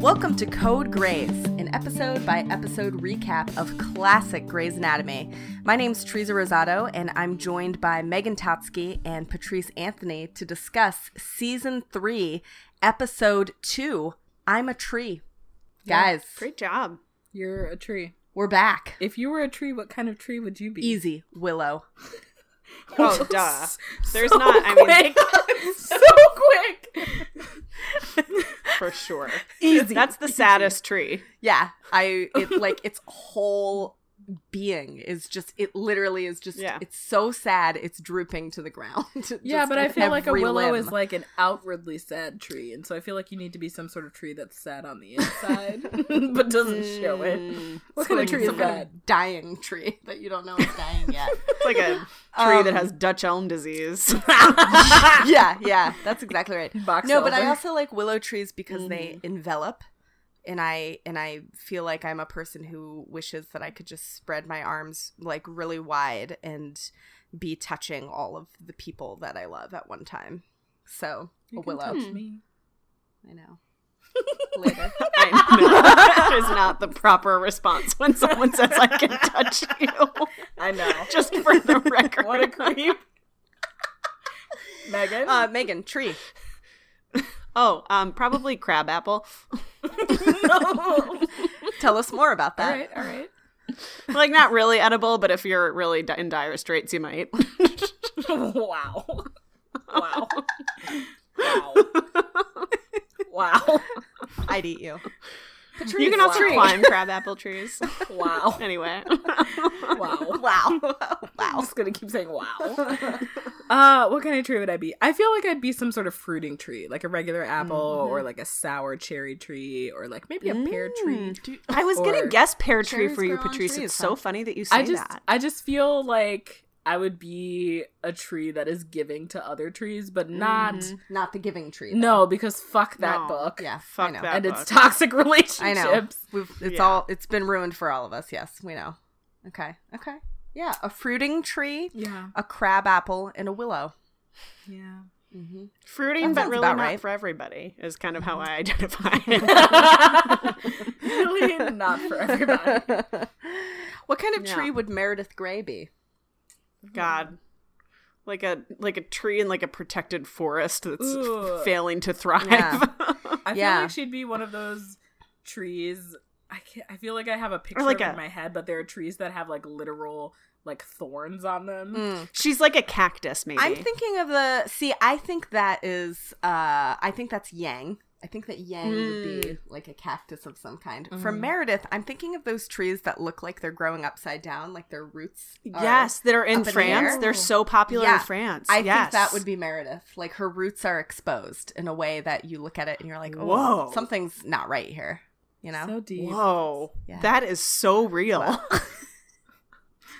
Welcome to Code Grays, an episode by episode recap of classic Grey's Anatomy. My name's Teresa Rosato, and I'm joined by Megan Totsky and Patrice Anthony to discuss season three, episode two I'm a Tree. Guys, Great job. You're a tree. we're back. If you were a tree, what kind of tree would you be? Easy, Willow. Oh, duh. There's so not, I mean- quick. so quick. For sure. Easy. That's the saddest tree. Yeah, I it like its whole being is just it literally is just Yeah. it's so sad it's drooping to the ground. Yeah, Just but I with feel like a every willow limb. is like an outwardly sad tree, and so I feel like you need to be some sort of tree that's sad on the inside, but doesn't show it. Mm, What so kind of it's tree is some kind of dying tree that you don't know is dying yet. It's like a tree that Um, has Dutch elm disease. yeah, yeah, that's exactly right. Box no, but I elder. also like willow trees because they envelop, and I and I feel like I'm a person who wishes that I could just spread my arms like really wide and be touching all of the people that I love at one time. So You a can willow, touch me. I know. Later, I know. That is not the proper response when someone says, I can touch you. I know. Just for the record. What a creep. Megan. uh, Megan, tree. Oh, um, probably crabapple. no. Tell us more about all that. right, all right. Like, not really edible, but if you're really di- in dire straits, you might. wow. Wow. Wow. Wow. I'd eat you. you can also Wow. climb crabapple trees. Wow. Anyway. Wow. Wow, I'm wow. just gonna keep saying wow. uh, what kind of tree would I be? I feel like I'd be some sort of fruiting tree, like a regular apple or like a sour cherry tree or like maybe a pear tree. I was Or gonna guess pear tree cherries for you, grow on Patrice. trees, it's huh? so funny that you say I just that. I just feel like I would be a tree that is giving to other trees, but not Mhm. Not the giving tree. though. no, because fuck that No. book. Mm-hmm. Yeah, I Fuck know. that. And its book. toxic relationships. I know. We've, it's Yeah. all it's been ruined for all of us. Yes, we know. Okay. Okay. Yeah, a fruiting tree, Yeah. a crab apple, and a willow. Yeah. Mm-hmm. Fruiting, That but sounds really about not right. for everybody, is kind of how I identify. really not for everybody. what kind of Yeah. tree would Meredith Grey be? God, like a like a tree in like a protected forest that's Ooh. failing to thrive. Yeah. I feel Yeah. like she'd be one of those trees. I can't, I feel like I have a picture like of it a- in my head, but there are trees that have like literal like thorns on them. Mm, She's like a cactus, Mm. maybe. I'm thinking of the. See, I think that is. Uh, I think that's Yang. I think that Yang would Mm. be like a cactus of some kind. For Mm-hmm. Meredith, I'm thinking of those trees that look like they're growing upside down, like their roots. Are, yes, that are up in in the France. air. They're so popular Yeah. in France. I yes. think that would be Meredith. Like her roots are exposed in a way that you look at it and you're like, oh, Whoa. something's not right here. You know? So deep. Whoa, Yeah. that is so real.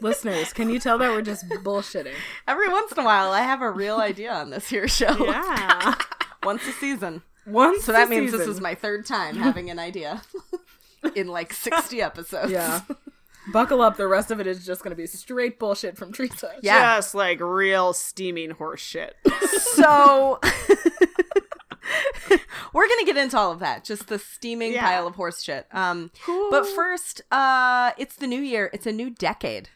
Listeners, can you tell that we're just bullshitting? Every once in a while, I have a real idea on this here show. yeah. Once a season. Once So that means this is my third time having an idea in like 60 episodes. Yeah. Buckle up, the rest of it is just gonna be straight bullshit from tree touch. Yeah. Just like real steaming horse shit. So we're going to get into all of that, just the steaming Yeah. pile of horse shit. Um, But first, uh, it's the new year, it's a new decade.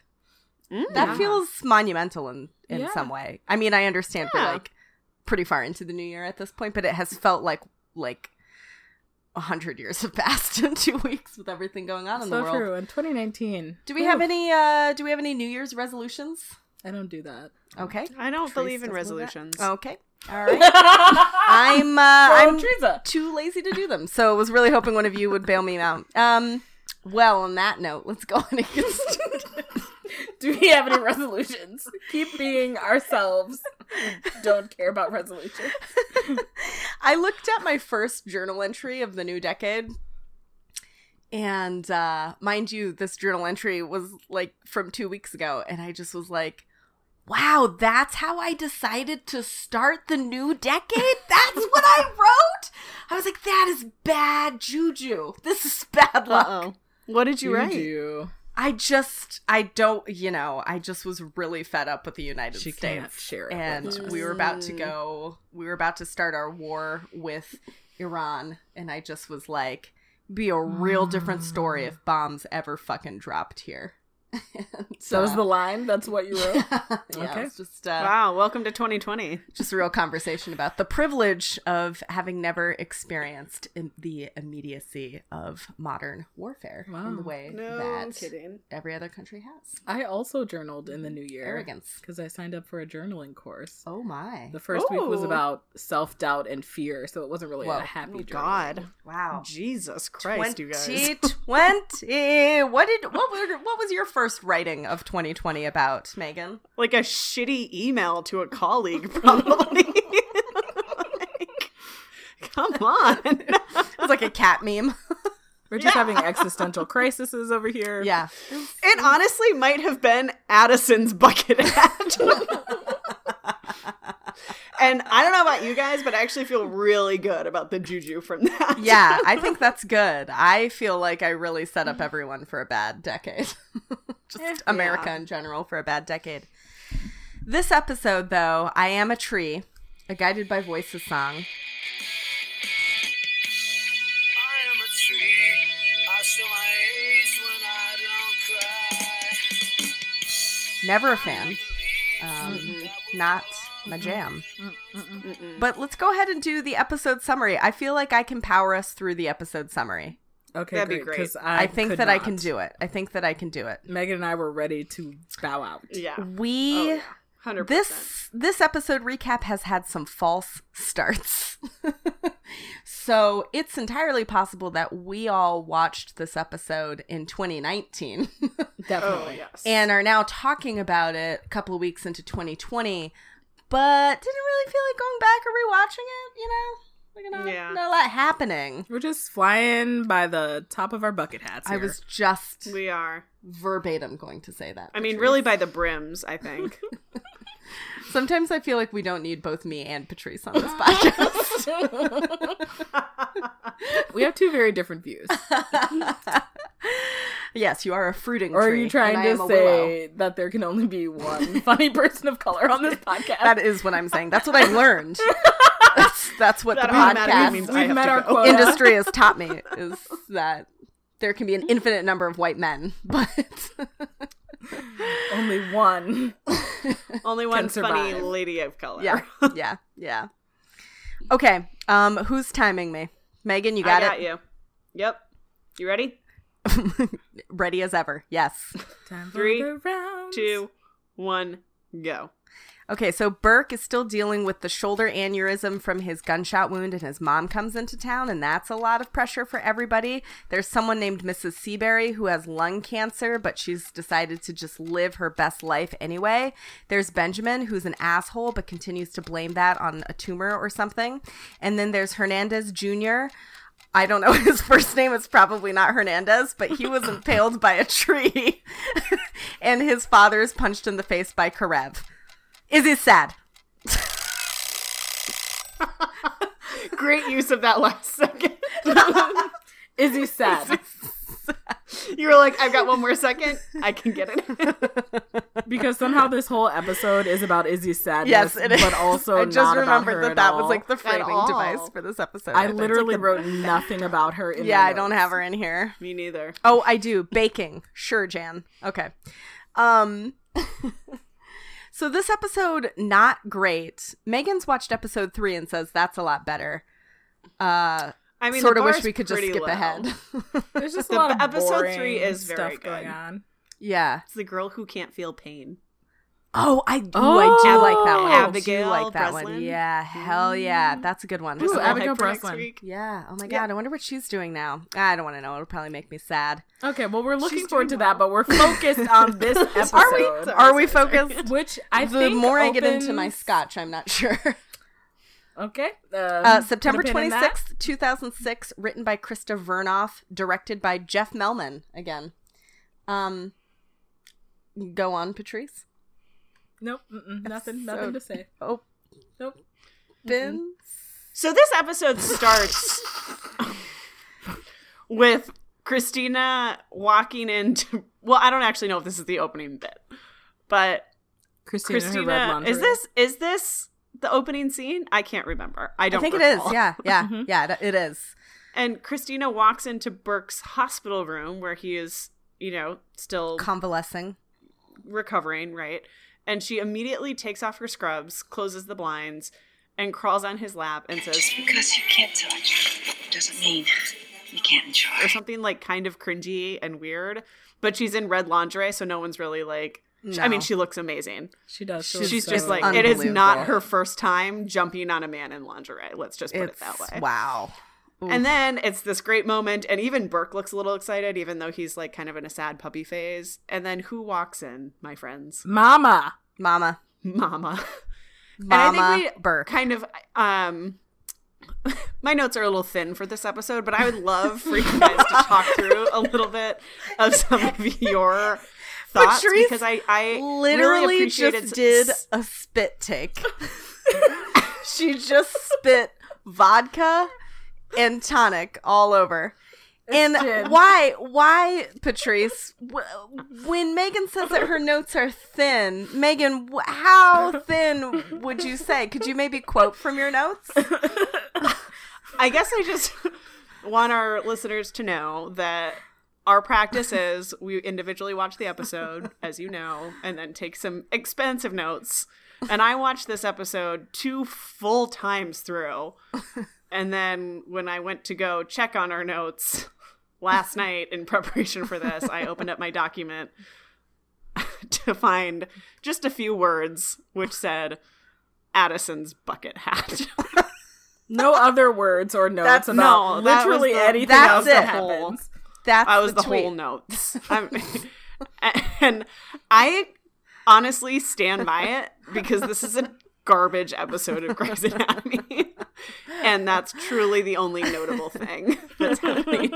That Mm. feels monumental in, in Yeah. some way. I mean, I understand Yeah. we're like pretty far into the new year at this point, but it has felt like like a hundred years have passed in two weeks with everything going on in the So world. true. In 2019, Do we have any uh do we have any New Year's resolutions? I don't do that. Okay. I don't Trace believe in doesn't do that. resolutions. Okay. All right. I'm uh I'm Teresa. too lazy to do them. So I was really hoping one of you would bail me out. Um well on that note, let's go on against Do we have any resolutions? Keep being ourselves. We don't care about resolutions. I looked at my first journal entry of the new decade. And uh, mind you, this journal entry was like from two weeks ago. And I just was like, wow, that's how I decided to start the new decade? That's what I wrote? I was like, that is bad juju. This is bad luck. Uh-oh. What did you, write? do. I just, I don't, you know, I just was really fed up with the United She States can't share it with and us. we were about to Mm. go we were about to start our war with Iran, and I just was like, be a real different story if bombs ever fucking dropped here. And, So that was uh, the line. That's what you wrote. yeah, Okay. it's just uh, Wow, welcome to 2020. just a real conversation about the privilege of having never experienced im- the immediacy of modern warfare in Wow. the way that kidding. every other country has. I also journaled in the new year. Arrogance. Because I signed up for a journaling course. Oh my! The first week was Ooh. about self doubt and fear, so it wasn't really Whoa. a happy Oh, journal. God. Wow. Jesus Christ, you guys. 2020. What did what were, what was your first writing of 2020 about, Megan? Like a shitty email to a colleague, probably. Like, come on. It was like a cat meme. We're just having existential crises over here. yeah. It honestly might have been Addison's bucket hat. and I don't know about you guys, but I actually feel really good about the juju from that. Yeah, I think that's good. I feel like I really set up everyone for a bad decade. Just Eh, America Mm-hmm. yeah. in general for a bad decade. This episode though, I am a tree, a guided by voices song. I am a tree. I show my age when I don't cry. Never a fan. Um, not my jam. But let's go ahead and do the episode summary. I feel like I can power us through the episode summary. Okay, That'd be great. great. 'cause I, think could that I can not. do it. I think that I can do it. Megan and I were ready to bow out. Yeah. We Oh, yeah. 100%. this this episode recap has had some false starts. so it's entirely possible that we all watched this episode in 2019 Oh, yes. and are now talking about it a couple of weeks into 2020, but didn't really feel like going back or rewatching it, you know? Like not, Yeah. not a lot happening. We're just flying by the top of our bucket hats. I here. was just we are. verbatim going to say that. I mean, really by the brims, I think. Sometimes I feel like we don't need both me and Patrice on this podcast. we have two very different views. yes, you are a fruiting Or are tree. you and trying I am to a willow. say that there can only be one funny person of color on this podcast? that is what I'm saying? That's what I learned. that's, that's what That the automatically podcast means I We've have met to our go. quota. industry has taught me is that there can be an infinite number of white men, but only one. Only one funny survive. lady of color. yeah, yeah, yeah. Okay, um, who's timing me? Megan, you I got, got it. you. Yep. You ready? Ready as ever. Yes. Time for Three, the rounds. Two, one, go. Okay, so Burke is still dealing with the shoulder aneurysm from his gunshot wound, and his mom comes into town, and that's a lot of pressure for everybody. There's someone named Mrs. Seabury who has lung cancer, but she's decided to just live her best life anyway. There's Benjamin, who's an asshole, but continues to blame that on a tumor or something. And then there's Hernandez Jr. I don't know his first name. It's probably not Hernandez, but he was impaled by a tree, and his father is punched in the face by Karev. Is it sad? Great use of that last second. Is he sad? you were like, I've got one more second. I can get it. because somehow this whole episode is about Izzy's sadness. Yes, it is. But also, I not just about remembered her that at that all. was like the framing all. device for this episode. I think. literally wrote nothing about her in yeah, my I don't notes. have her in here. Me neither. Oh, I do baking. Sure, Jan. Okay. Um. so this episode not great. Megan's watched episode three and says that's a lot better. Uh, I mean, sort the of wish bar's we could just pretty skip low. ahead. There's just a The lot of episode boring three is very stuff good. going on. yeah. It's the girl who can't feel pain. Oh, I do. I do Oh, like that one. Mm-hmm. I do Abigail like that one. Breslin. Yeah. Hell yeah. That's a good one. Ooh, Just a little Abigail hype for next Breslin. week. Yeah. Oh my Yeah. god. I wonder what she's doing now. Ah, I don't want to know. It'll probably make me sad. Okay, well, we're looking She's forward to doing that, but we're focused on this episode. Are we? Sorry, Are we sorry, sorry. focused? Which I the think more I get into opens- my scotch, I'm not sure. Okay. Um, Uh, September put a pin in that. 26th, 2006, written by Krista Vernoff, directed by Jeff Melman again. Um, go on, Patrice. Nope. Mm-mm, nothing. So- Nothing to say. Oh, Nope. Ben. So this episode starts with Christina walking into. Well, I don't actually know if this is the opening bit, but Christina, Christina, is this is this the opening scene? I can't remember. I I don't think it recall. is. Yeah, yeah, Mhm. Mm-hmm. yeah. that- It is. And Christina walks into Burke's hospital room where he is, you know, still Convalescing. recovering, right? And she immediately takes off her scrubs, closes the blinds, and crawls on his lap and says, Just because you can't touch doesn't mean you can't or enjoy. something like kind of cringy and weird. But she's in red lingerie, so no one's really like. sh- I mean, No. she looks amazing. She does. She's look She's so- just like it is not unbelievable. her first time jumping on a man in lingerie. Let's just put It's it that way. wow. Oof. And then it's this great moment, and even Burke looks a little excited, even though he's like kind of in a sad puppy phase. And then who walks in, my friends? Mama. Mama, Mama. I think Mama, we- Burke. kind of um my notes are a little thin for this episode, but I would love for you guys to talk through a little bit of some of your thoughts Patrice because I I literally really appreciated just s- did s- a spit take. she just spit vodka and tonic all over. And gin. why, why, Patrice? W- when Megan says that her notes are thin, Megan, wh- how thin would you say? Could you maybe quote from your notes? I guess I just want our listeners to know that our practice is we individually watch the episode, as you know, and then take some expensive notes. And I watched this episode two full times through. And then when I went to go check on our notes last night in preparation for this, I opened up my document to find just a few words which said Addison's bucket hat. No other words or notes That's- no, about that was literally the- anything that's else that it. happens. That's I was the, the, tweet. whole notes. I'm, and I honestly stand by it because this is a garbage episode of Grey's Anatomy. and that's truly the only notable thing that's happening.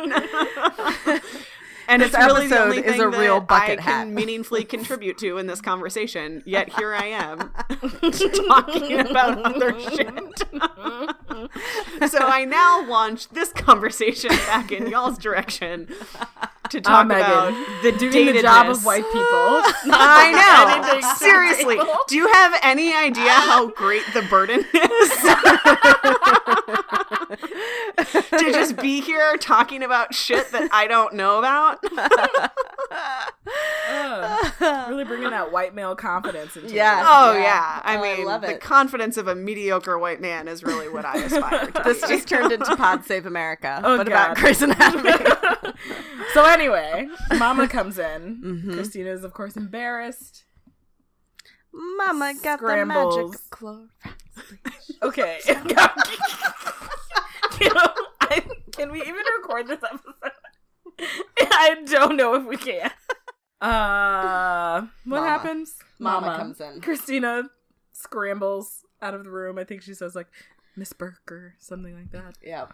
And This it's really the episode only is thing a that real I bucket hat. can meaningfully contribute to in this conversation. Yet here I am talking about other shit. so I now launch this conversation back in y'all's direction to Ah, talk about Megan, the doing the job of datedness. white people. I know. Anything Seriously, do you have any idea how great the burden is to just be here talking about shit that I don't know about? Ugh. really bringing that white male confidence into Yeah. it. Oh yeah, I Oh, I mean, love the it. confidence of a mediocre white man is really what I aspire to. This be. just turned into Pod Save America, Oh, but about God. Grey's Anatomy. So anyway, Mama comes in. Christina is of course embarrassed. Mama got the Scrambles. magic clothes. Okay. you know, I, can we even record this episode? I don't know if we can. Uh, what Mama. happens? Mama comes in. Christina scrambles out of the room. I think she says like Miss Burke or something like that. Yeah.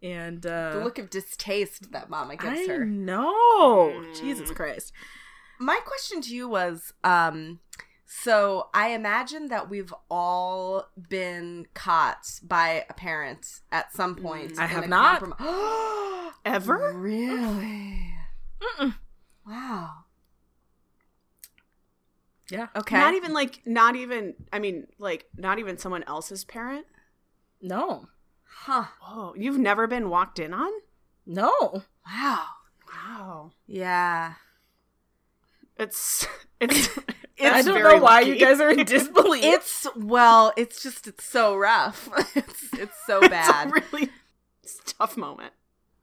And uh, the look of distaste that Mama gives I her. Mm. know. Jesus Christ. My question to you was um so I imagine that we've all been caught by a parent at some point. I in have a not. comprom- Ever? really? Wow. Yeah. Okay. Not even like, not even. I mean, like, not even someone else's parent. No. Huh. Oh, you've never been walked in on? No. Wow. Wow, Yeah. it's it's. I it's don't very know why lucky. you guys are in disbelief. It's well, it's just it's so rough. it's it's so bad. It's a really it's a tough moment.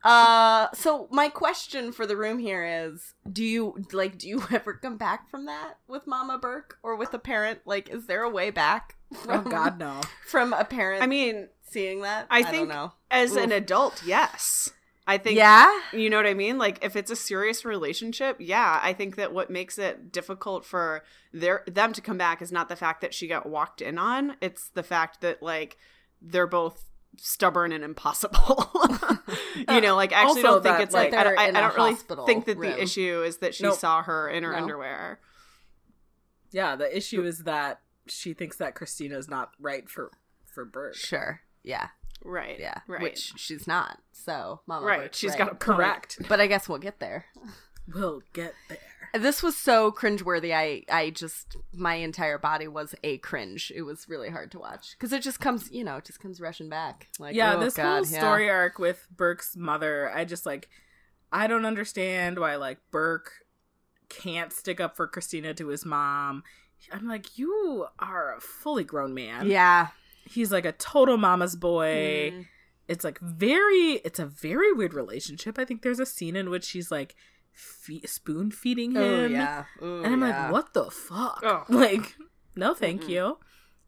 Uh, so my question for the room here is: Do you like? Do you ever come back from that with Mama Burke or with a parent? Like, is there a way back? oh From, God, no. From a parent, I mean, seeing that, I don't think know. as an Oof. adult, yes, I think. yeah, You know what I mean? Like if it's a serious relationship, yeah, I think that what makes it difficult for their them to come back is not the fact that she got walked in on. It's the fact that like they're both stubborn and impossible. you know, like I Also actually don't think that, it's like, like, I they're don't, I, in a I don't really hospital think that room. the issue is that she Nope. saw her in her No. underwear. Yeah, the issue is that she thinks that Christina's not right for for Burke. sure, yeah, Right. yeah. Right. Which she's not. So Mama right. Burke's She's right. got a point. Correct. But I guess we'll get there. We'll get there. there. This was so cringeworthy. I I just my entire body was a cringe. It was really hard to watch because it just comes, you know, it just comes rushing back. Like yeah, oh, this God, whole yeah. story arc with Burke's mother, I just like, I don't understand why like Burke can't stick up for Christina to his mom. I'm like, you are a fully grown man. Yeah, he's like a total mama's boy. Mm. It's like very, it's a very weird relationship. I think there's a scene in which he's like fe- spoon feeding him, Oh yeah. Ooh, and I'm yeah. like, what the fuck? Oh. Like, no, thank Mm-mm. you.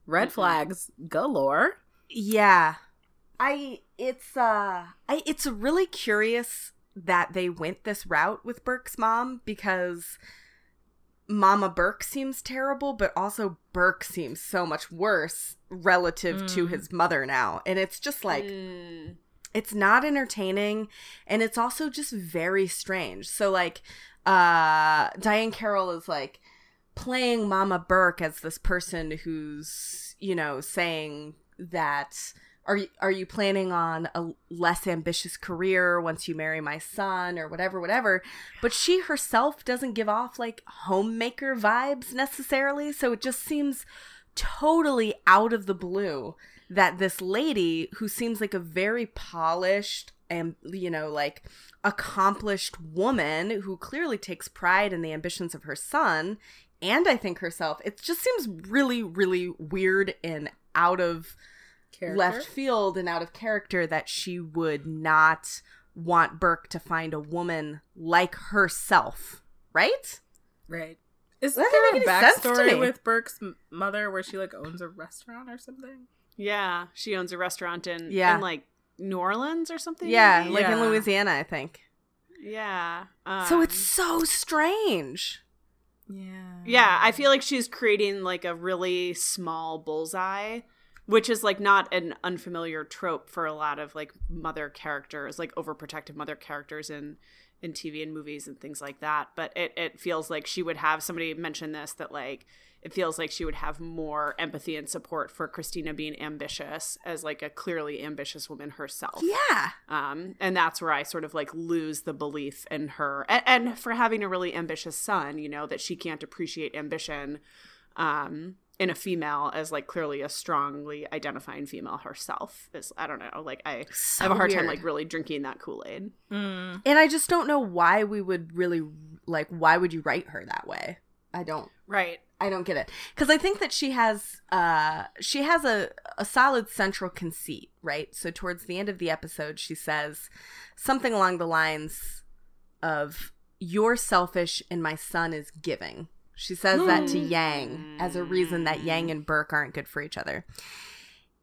Red Mm-mm. flags galore. Yeah. I it's uh I it's really curious that they went this route with Burke's mom because Mama Burke seems terrible, but also Burke seems so much worse relative to Mm. his mother now. And it's just like Mm. it's not entertaining and it's also just very strange so like uh diane carroll is like playing mama burke as this person who's you know saying that are you, are you planning on a less ambitious career once you marry my son or whatever whatever but she herself doesn't give off like homemaker vibes necessarily so it just seems totally out of the blue that this lady who seems like a very polished and you know like accomplished woman who clearly takes pride in the ambitions of her son and i think herself it just seems really really weird and out of left field and out of character that she would not want burke to find a woman like herself right right? Is That there doesn't a make any sense to me. backstory with Burke's m- mother where she like owns a restaurant or something? Yeah, she owns a restaurant in Yeah. in like New Orleans or something. yeah maybe? like in Yeah. louisiana i think yeah. Um, so it's so strange Yeah, yeah. I feel like she's creating like a really small bullseye, which is like not an unfamiliar trope for a lot of like mother characters, like overprotective mother characters in in TV and movies and things like that. But it it feels like she would have somebody mentioned this that like it feels like she would have more empathy and support for Christina being ambitious as like a clearly ambitious woman herself. yeah um, and that's where I sort of like lose the belief in her and, and for having a really ambitious son, you know, that she can't appreciate ambition um, in a female as like clearly a strongly identifying female herself. Is I don't know, like I so I have a hard time weird. like really drinking that Kool Aid. Mm. And I just don't know why we would really like why would you write her that way? I don't Right. I don't get it. Cuz I think that she has uh she has a a solid central conceit, right? So towards the end of the episode she says something along the lines of you're selfish and my son is giving. She says that to Yang as a reason that Yang and Burke aren't good for each other.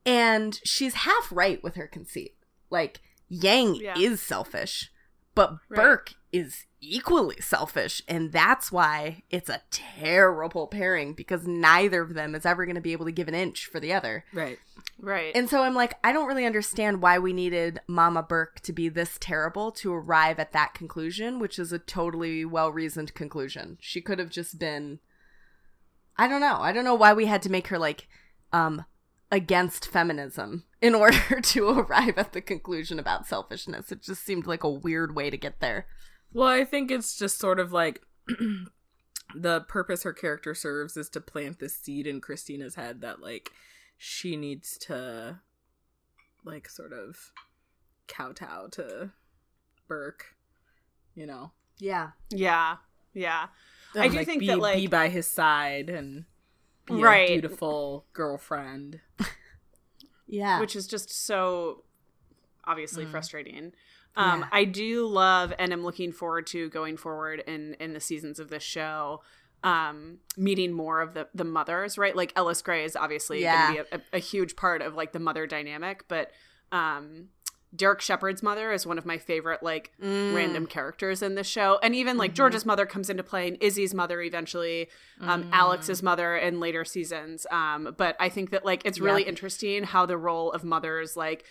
And she's half right with her conceit. Like Yang Yeah. is selfish, but Right. Burke is equally selfish, and that's why it's a terrible pairing because neither of them is ever going to be able to give an inch for the other. Right. Right. And so I'm like, I don't really understand why we needed Mama Burke to be this terrible to arrive at that conclusion, which is a totally well reasoned conclusion. She could have just been. I don't know. I don't know why we had to make her like um against feminism in order to arrive at the conclusion about selfishness. It just seemed like a weird way to get there. Well, I think it's just sort of like the purpose her character serves is to plant this seed in Christina's head that like she needs to like sort of kowtow to Burke, you know. Yeah. yeah. Yeah. I and, do like, think be, that like be by his side and be Right. a beautiful girlfriend. Yeah. Mm-hmm. which is just so obviously Mm. frustrating. Um, Yeah. I do love and am looking forward to going forward in in the seasons of this show, um, meeting more of the the mothers, right? Like Ellis Gray is obviously Yeah. going to be a, a, a huge part of like the mother dynamic, but um, Derek Shepherd's mother is one of my favorite like Mm. Mm-hmm. random characters in this show, and even like Mhm. George's mother comes into play, and Izzy's mother eventually um, Mm. Alex's mother in later seasons. Um, but I think that like it's really Yep. interesting how the role of mothers, like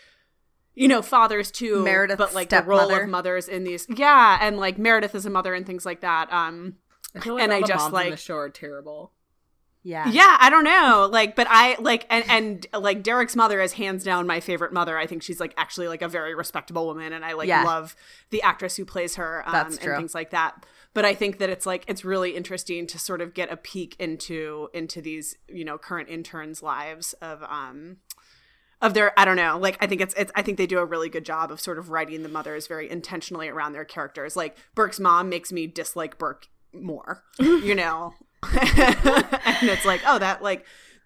you know, fathers too, Meredith's but like the role stepmother. of mothers in these, yeah, and like Meredith is a mother and things like that. Um, I feel like and all I the just, moms on like- the show are terrible. yeah. yeah, I don't know, like, but I like and and like Derek's mother is hands down my favorite mother. I think she's like actually like a very respectable woman, and I like Yeah. love the actress who plays her um, That's and true. things like that. but I think that it's like it's really interesting to sort of get a peek into into these you know current interns' lives of um of their I don't know like I think it's it's I think they do a really good job of sort of writing the mothers very intentionally around their characters. Like Burke's mom makes me dislike Burke more, you know, and it's like oh that like.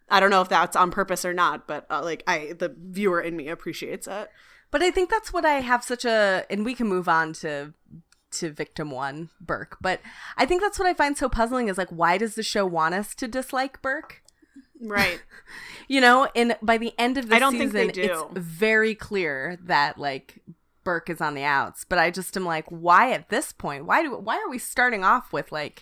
I don't know if that's on purpose or not, but uh, like I, the viewer in me appreciates it. But I think that's what I have such a and we can move on to to victim 1 Burke. But I think that's what I find so puzzling is like why does the show want us to dislike Burke? Right. You know, and by the end of the I don't think season they do. it's very clear that like Burke is on the outs, but I just am like why at this point? Why do why are we starting off with like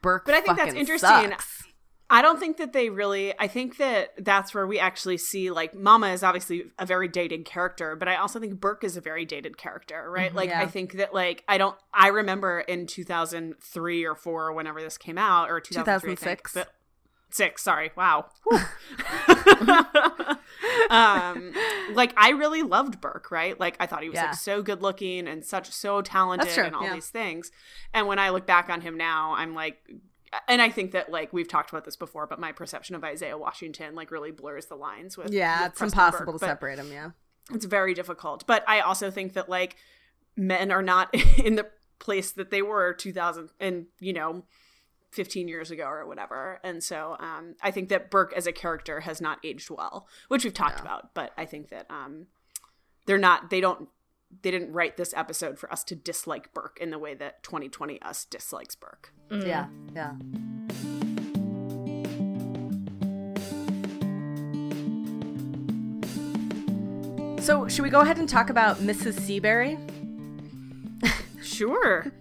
Burke But I think that's fucking interesting. sucks? I don't think that they really. I think that that's where we actually see like Mama is obviously a very dated character, but I also think Burke is a very dated character, right? Like Mm-hmm. Yeah. I think that like I don't. I remember in two thousand three or four, or whenever this came out, or two thousand 2006. six, but six. Sorry, wow. Whew. um, like I really loved Burke, right? Like I thought he was Yeah. like so good looking and such so talented true, and all yeah. these things. And when I look back on him now, I'm like, and I think that like we've talked about this before, but my perception of Isaiah Washington like really blurs the lines with Yeah, with it's Preston impossible Burke, to but separate them, yeah. It's very difficult, but I also think that like men are not in the place that they were 2000 and you know 15 years ago or whatever and so um i think that burke as a character has not aged well which we've talked No. about but i think that um they're not they don't they didn't write this episode for us to dislike burke in the way that 2020 us dislikes burke Yeah, yeah. So, should we go ahead and talk about Mrs. Seabury? sure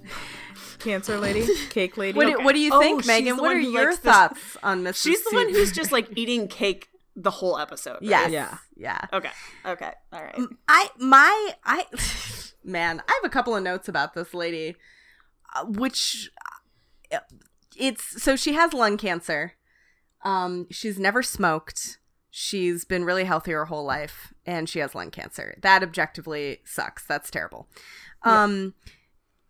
Cancer lady, cake lady. What, do, what do you Oh, think, she's Megan? the What one are who your likes this- thoughts on Mrs. she's the one Seabury? who's just like eating cake the whole episode right? Yes. Mm. Yeah. Yeah. Yeah. okay okay all right I my I man, I have a couple of notes about this lady, uh, which uh, it's so she has lung cancer. Um, she's never smoked. She's been really healthy her whole life, and she has lung cancer. That objectively sucks. That's terrible. Um,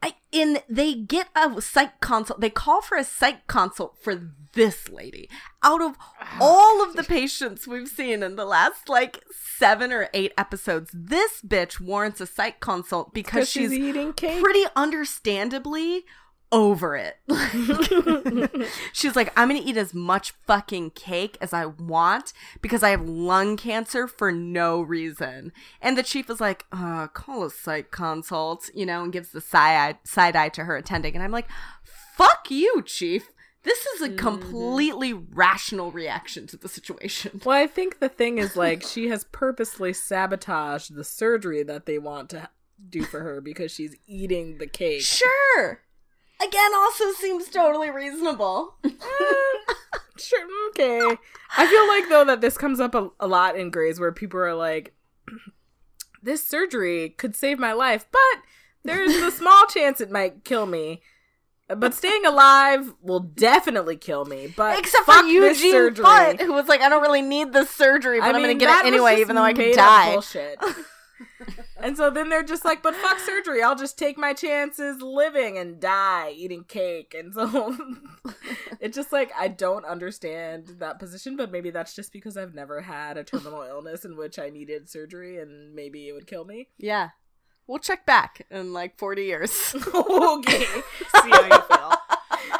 I in they get a psych consult. They call for a psych consult for this lady out of all of the patients we've seen in the last like seven or eight episodes. This bitch warrants a psych consult because Because she's, she's eating cake. pretty understandably over it. Like, she's like, I'm gonna eat as much fucking cake as I want because I have lung cancer for no reason. And the chief is like, uh, call a psych consult, you know, and gives the side eye, side eye to her attending. And I'm like, fuck you, chief. This is a completely rational reaction to the situation. Well, I think the thing is like she has purposely sabotaged the surgery that they want to ha- do for her because she's eating the cake. Sure. Again, also seems totally reasonable. Sure, okay. I feel like though that this comes up a, a lot in Grays where people are like, "This surgery could save my life, but there's a small chance it might kill me." But staying alive will definitely kill me. But Except fuck for this Eugene surgery. Butt, who was like, I don't really need this surgery, but I am going to get that it was anyway, just even though I could made-up die. Bullshit. and so then they're just like, but fuck surgery. I'll just take my chances living and die eating cake. And so it's just like, I don't understand that position, but maybe that's just because I've never had a terminal illness in which I needed surgery and maybe it would kill me. Yeah. We'll check back in like 40 years. okay. see how you feel.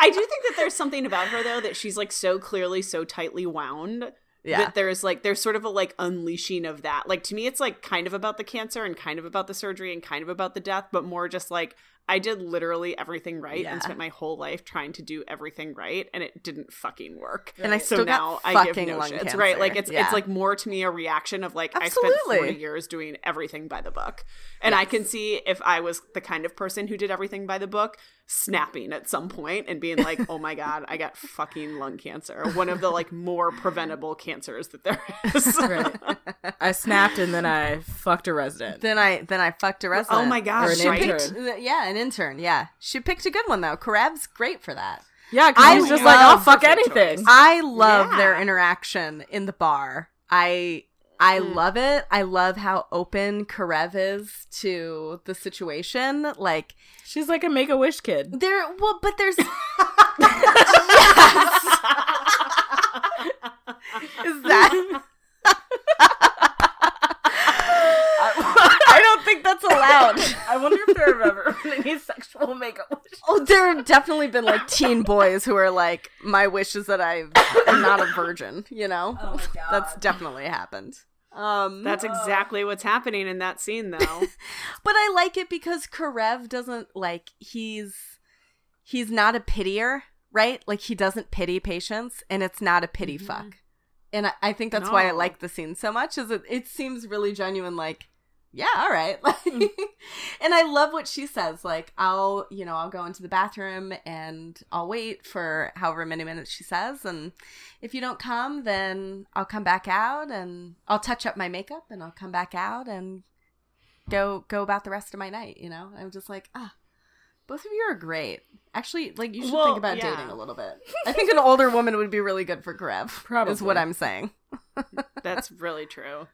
I do think that there's something about her though that she's like so clearly so tightly wound yeah. that there's like there's sort of a like unleashing of that. Like to me it's like kind of about the cancer and kind of about the surgery and kind of about the death, but more just like I did literally everything right Yeah. and spent my whole life trying to do everything right and it didn't fucking work. And I So still now got I give fucking no lung shits. cancer. Right. Like it's Yeah. it's like more to me a reaction of like I spent Absolutely. 40 years doing everything by the book. And I can see if I was the kind of person who did everything by the book, snapping at some point and being like, Oh my god, I got fucking lung cancer. One of the like more preventable cancers that there is. I snapped and then I fucked a resident. Then I then I fucked a wrestler. oh my Or gosh, an right? intern. Yeah, an intern. Yeah. She picked a good one though. Karab's great for that. Yeah, I because he's just like, love I'll fuck perfect anything. choice. I love their Yeah. interaction in the bar. I I Mm. love it. I love how open Karev is to the situation. Like She's like a make a wish kid. there, well, but there's Yes! is that. I don't think that's allowed. I wonder if there have ever been any sexual makeup wish. Oh, there have definitely been like teen boys who are like, my wish is that I am not a virgin. You know, Oh my god. that's definitely happened. Um, That's exactly what's happening in that scene, though. but I like it because Karev doesn't like he's he's not a pitier, right? Like he doesn't pity patients, and it's not a pity Mhm. fuck. And I, I think that's why I No. like the scene so much. Is it? It seems really genuine. Like, yeah, all right. Like, and I love what she says. Like, I'll you know I'll go into the bathroom and I'll wait for however many minutes she says, and if you don't come, then I'll come back out and I'll touch up my makeup and I'll come back out and go go about the rest of my night, you know? I'm just like, ah, both of you are great. Actually, like you should Well, think about yeah. dating a little bit. I think an older woman would be really good for Grev. Probably. Is what I'm saying. That's really true.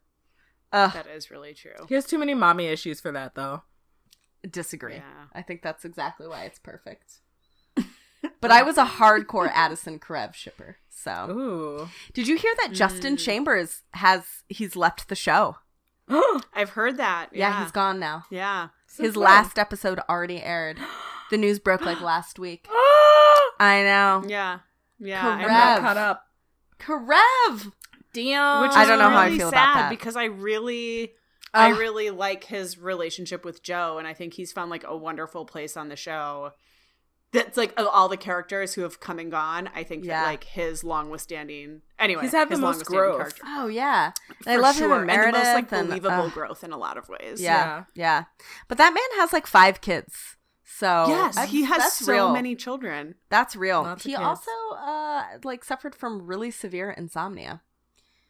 Ugh, That is really true. He has too many mommy issues for that though. disagree. Yeah. I think that's exactly why it's perfect. but I was a hardcore Addison Karev shipper. So Ooh. did you hear that Justin Mm. Chambers has he's left the show? I've heard that. Yeah, Yeah. he's gone now. Yeah. His last episode already aired. The news broke like last week. I know. Yeah. Yeah. I'm Correct. I know. not Rev. caught up. Karev! Damn. Which is I don't know how I really feel sad about that. because I really I Ugh. really like his relationship with Joe, and I think he's found like a wonderful place on the show. That's like of all the characters who have come and gone. I think Yeah. that like his longest-standing. Anyway, He's had the his most longest-standing growth. character. Oh yeah, I For love sure. him and Meredith. and the most like and- believable ugh, growth in a lot of ways. yeah, Yeah. yeah. But that man has like five kids. So yes, that's- he has that's so real. many children. That's real. Lots of he kids. also uh like suffered from really severe insomnia,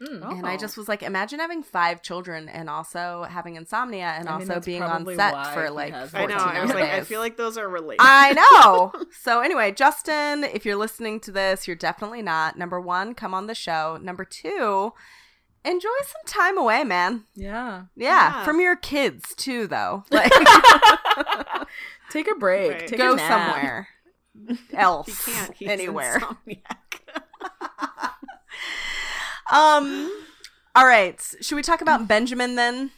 Mm. and I Oh. just was like, imagine having five children and also having insomnia and I mean, also that's being on probably set why for he like has- I 14 know. I was hour like, I days. feel like those are related. I know. So anyway, Justin, if you're listening to this, you're definitely not. Number one, come on the show. Number two, enjoy some time away, man. Yeah. Yeah, Yeah. from your kids too, though. Like, Take a break. Right. Take go a nap. somewhere else, he can't. He's anywhere. insomniac. um, all right. Should we talk about Benjamin then?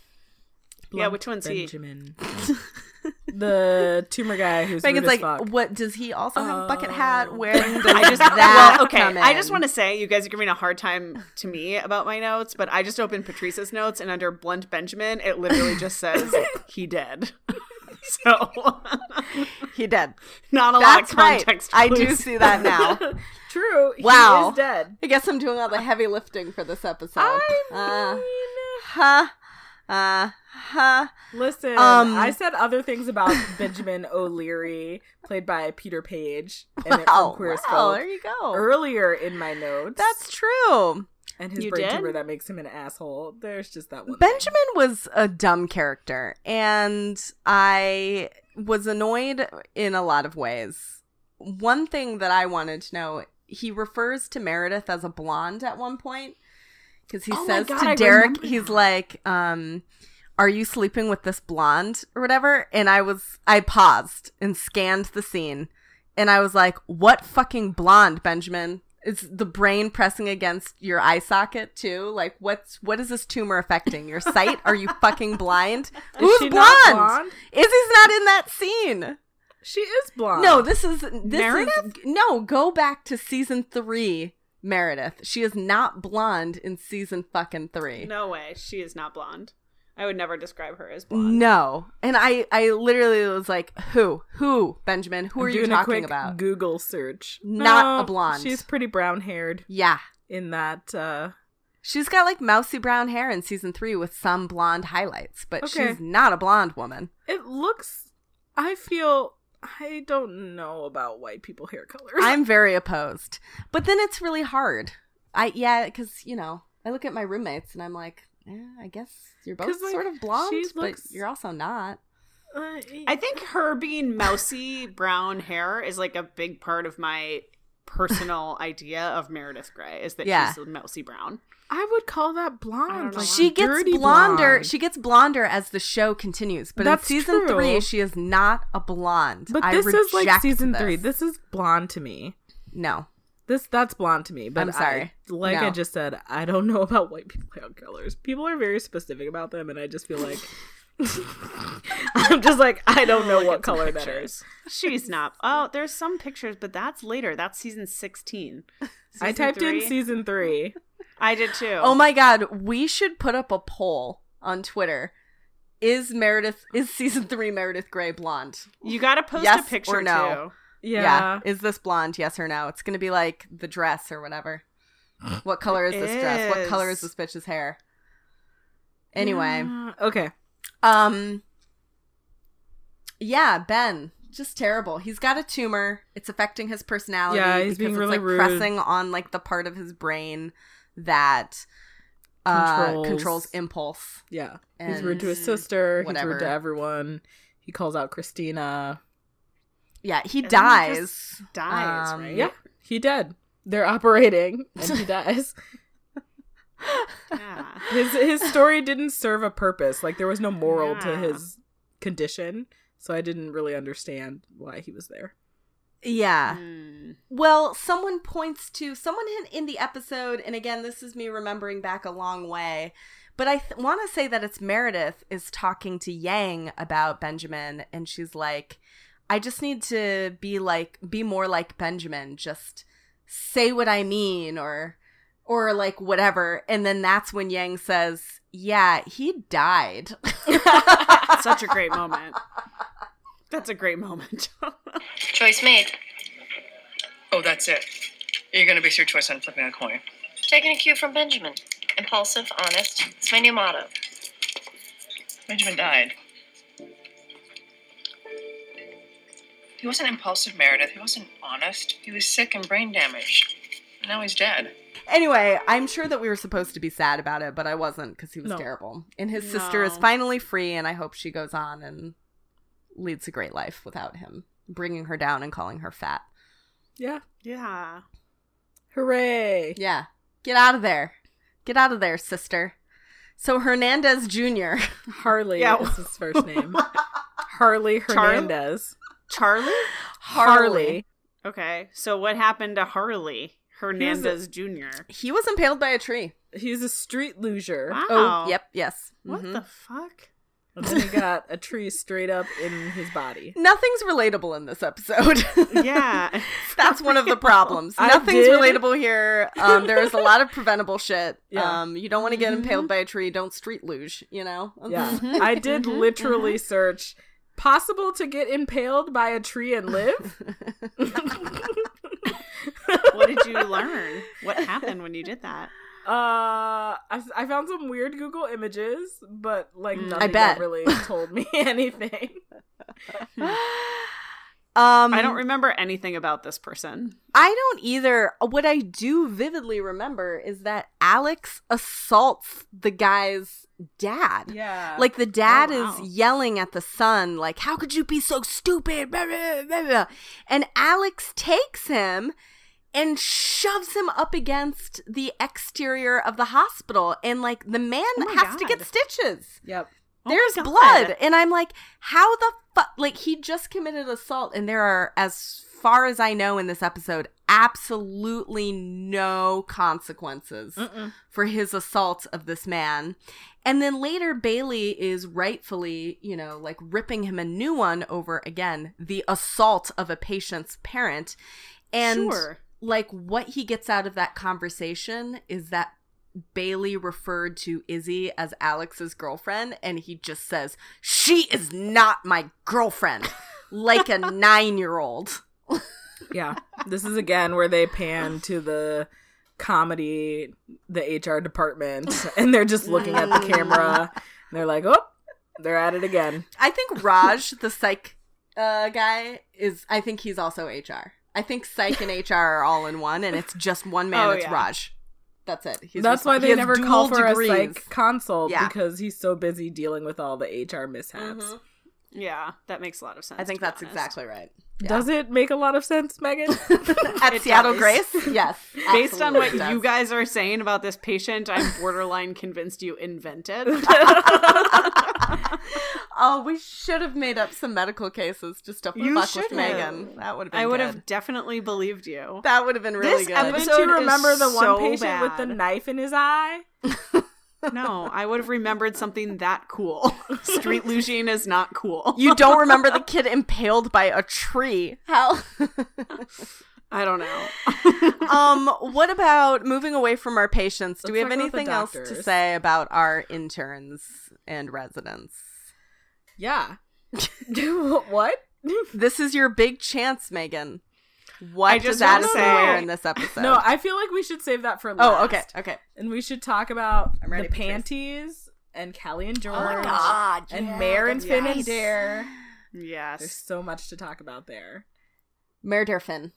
yeah, which one's he? Benjamin. the tumor guy who's rude Megan's like, as fuck. what does he also have a bucket Oh. hat wearing? Does I just that well, okay. come I in? just want to say you guys are giving a hard time to me about my notes, but I just opened Patrice's notes and under Blunt Benjamin, it literally just says he dead. So He did. not a lot of That's right. context. I do clues. see that now. True. Wow. He is dead. I guess I'm doing all the heavy lifting for this episode. I Uh, mean, huh. Uh, huh. listen, Um, I said other things about Benjamin O'Leary, played by Peter Page, and it Wow, from Queer as wow, Folk oh, there you go. earlier in my notes. That's true. and his You brain did? tumor that makes him an asshole. There's just that one. thing. Benjamin was a dumb character, and I was annoyed in a lot of ways. One thing that I wanted to know he refers to Meredith as a blonde at one point because he Oh my says God, to I Derek, remember he's that. like, um, are you sleeping with this blonde or whatever? And I was, I paused and scanned the scene and I was like, what fucking blonde, Benjamin? It's the brain pressing against your eye socket too. Like, what's, what is this tumor affecting? Your sight? Are you fucking blind? Is Who's she blonde? not blonde? Izzy's not in that scene. She is blonde. No, this is, this is, Meredith? no, go back to season three. Meredith. She is not blonde in season fucking three. No way. She is not blonde. I would never describe her as blonde. No. And I I literally was like, who? Who, Benjamin? Who I'm are you doing a talking quick about? Google search. Not a No, blonde. She's pretty brown haired yeah. in that. uh She's got like mousy brown hair in season three with some blonde highlights, but Okay. she's not a blonde woman. It looks. I feel. I don't know about white people hair color. I'm very opposed. But then it's really hard. I yeah, because you know, I look at my roommates and I'm like, eh, I guess you're both 'Cause, like, sort of blonde, she looks- but you're also not. Uh, I think her being mousy brown hair is like a big part of my personal idea of Meredith Grey is that Yeah. she's mousy brown. I would call that blonde. know like, why. She gets dirty blonder. blonde. She gets blonder as the show continues. But That's in season true. three, she is not a blonde. But I this is like reject season this. three. This is blonde to me. no, This that's blonde to me. But I'm sorry. I- like No. I just said, I don't know about white people hair colors. People are very specific about them, and I just feel like I'm just like I don't know what color that is. She's not. Oh, there's some pictures, but that's later. That's season 16. I Season typed in three? season three. I did too. Oh my god, we should put up a poll on Twitter. Is Meredith is season three Meredith Grey blonde? You got to post Yes a picture or no? too. Yeah. Is this blonde? Yes or no? It's gonna be like the dress or whatever. What color is It this dress? What color is this is. bitch's hair? Anyway. Yeah. Okay. Um Yeah, Ben. Just terrible. He's got a tumor. It's affecting his personality Yeah, because he's being it's really like rude. pressing on like the part of his brain that uh, Controls. controls impulse. Yeah. And he's rude to his sister. He's whatever. rude to everyone. He calls out Christina. Yeah, he And then he dies. just dies, Um, right? Yeah. He dead. They're operating and he dies. Yeah. his his story didn't serve a purpose. Like there was no moral to Yeah. his condition, so I didn't really understand why he was there. Yeah. Hmm. Well, someone points to someone in, in the episode, and again, this is me remembering back a long way, but I th- want to say that it's Meredith is talking to Yang about Benjamin, and she's like, I just need to be like, be more like Benjamin, just say what I mean, or, or like whatever. And then that's when Yang says, Yeah, he died. Such a great moment. That's a great moment. Choice made. Oh, that's it. You're gonna base your choice on flipping a coin. Taking a cue from Benjamin. Impulsive, honest. It's my new motto. Benjamin died. He wasn't impulsive, Meredith. He wasn't honest. He was sick and brain damaged. And now he's dead. Anyway, I'm sure that we were supposed to be sad about it, but I wasn't because he was No. terrible. And his sister is No. finally free, and I hope she goes on and leads a great life without him bringing her down and calling her fat. Yeah. yeah. Hooray. Yeah. Get out of there. Get out of there, sister. So Hernandez Jr. Harley Yeah. is his first name. Harley Charlie? Hernandez. Charlie? Harley. Okay. So what happened to Harley Hernandez Jr.? He was impaled by a tree. He's a street loser. Wow. Oh, yep, yes. What Mm-hmm. Mhm. the fuck? And then he got a tree straight up in his body. Nothing's relatable in this episode. Yeah. That's one of the problems. I Nothing's did. relatable here. Um, there is a lot of preventable shit. Yeah. Mm-hmm. Um, you don't want to get impaled by a tree. Don't street luge. You know. Yeah. I did Mm-hmm, literally search possible to get impaled by a tree and live? what did you learn? What happened when you did that? Uh, I, I found some weird Google images, but like Mm. I nothing bet. really told me anything. Um, I don't remember anything about this person. I don't either. What I do vividly remember is that Alex assaults the guy's dad. Yeah, Like the dad Oh, wow. is yelling at the son, like, "How could you be so stupid?" Blah, blah, blah, blah. And Alex takes him and shoves him up against the exterior of the hospital, and like the man Oh my has to get God. stitches. yep. Oh my There's God. blood, and I'm like, "How the fuck?" Like he just committed assault, and there are, as far as I know, in this episode, absolutely no consequences for his assault of this man. And then later, Bailey is rightfully, you know, like ripping him a new one over again the assault of a patient's parent. And sure. like what he gets out of that conversation is that Bailey referred to Izzy as Alex's girlfriend, and he just says, She is not my girlfriend, like a nine year old. Yeah, this is again where they pan to the comedy, the HR department, and they're just looking at the camera. And they're like, "Oh, they're at it again." I think Raj, the psych uh, guy, is. I think he's also HR. I think psych and HR are all in one, and it's just one man. Oh, it's yeah. Raj. That's it. He's That's why respons- he they has never call dual for degrees. a psych consult Yeah. because he's so busy dealing with all the HR mishaps. Mhm. Yeah, that makes a lot of sense. I think to be that's honest. exactly right. Yeah. Does it make a lot of sense, Megan? At It Seattle does. Grace? Yes. Based on what absolutely does. you guys are saying about this patient, I'm borderline convinced you invented. oh, we should have made up some medical cases just to You fuck should with have. Megan. That would have been I would good. have definitely believed you. That would have been really This good. episode- Did you remember is the one so patient with the bad. knife in his eye? No, I would have remembered something that cool. Street Lucian is not cool. you don't remember the kid impaled by a tree. How? I don't know. um, what about moving away from our patients? Do we have Let's talk about the anything else to doctors. say about our interns and residents? Yeah. what? This is your big chance, Megan. What I does just Addison wanna say- wear in this episode? No, I feel like we should save that for last. oh, okay, okay. And we should talk about I'm ready, the Patrice. panties and Callie and George Oh God, and Mare and Finn and yes. Dare. There's Yes. so much to talk about there. Murder Finn.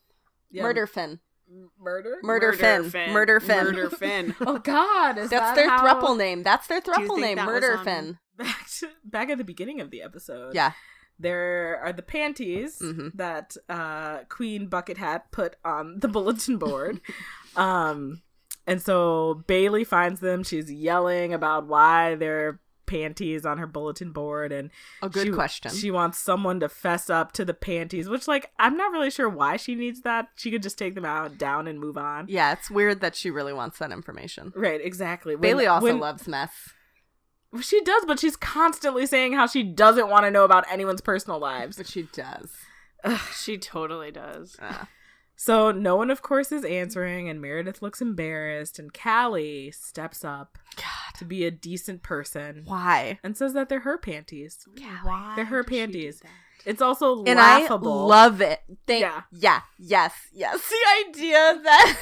Yeah. Murder Finn. M- Murder? Murder, Finn. Murder Finn. Murder Finn. Oh, God. Is That's that their how- thruple name. That's their thruple think name. that was Murder on- Finn. Back, to, back at the beginning of the episode. Yeah. There are the panties Mhm. that uh, Queen Bucket Hat put on the bulletin board. um, and so Bailey finds them. She's yelling about why there are panties on her bulletin board. And A good she- question. She wants someone to fess up to the panties, which, like, I'm not really sure why she needs that. She could just take them out, down, and move on. yeah, it's weird that she really wants that information. Right, exactly. When- Bailey also when- loves mess. She does, but she's constantly saying how she doesn't want to know about anyone's personal lives. But she does. Uh. She totally does. So no one, of course, is answering, and Meredith looks embarrassed, and Callie steps up to be a decent person Why? and says that they're her panties. Why? They're her panties. It's also And laughable. I love it. Thank- Yeah. yeah. Yeah. Yes. Yes. The idea that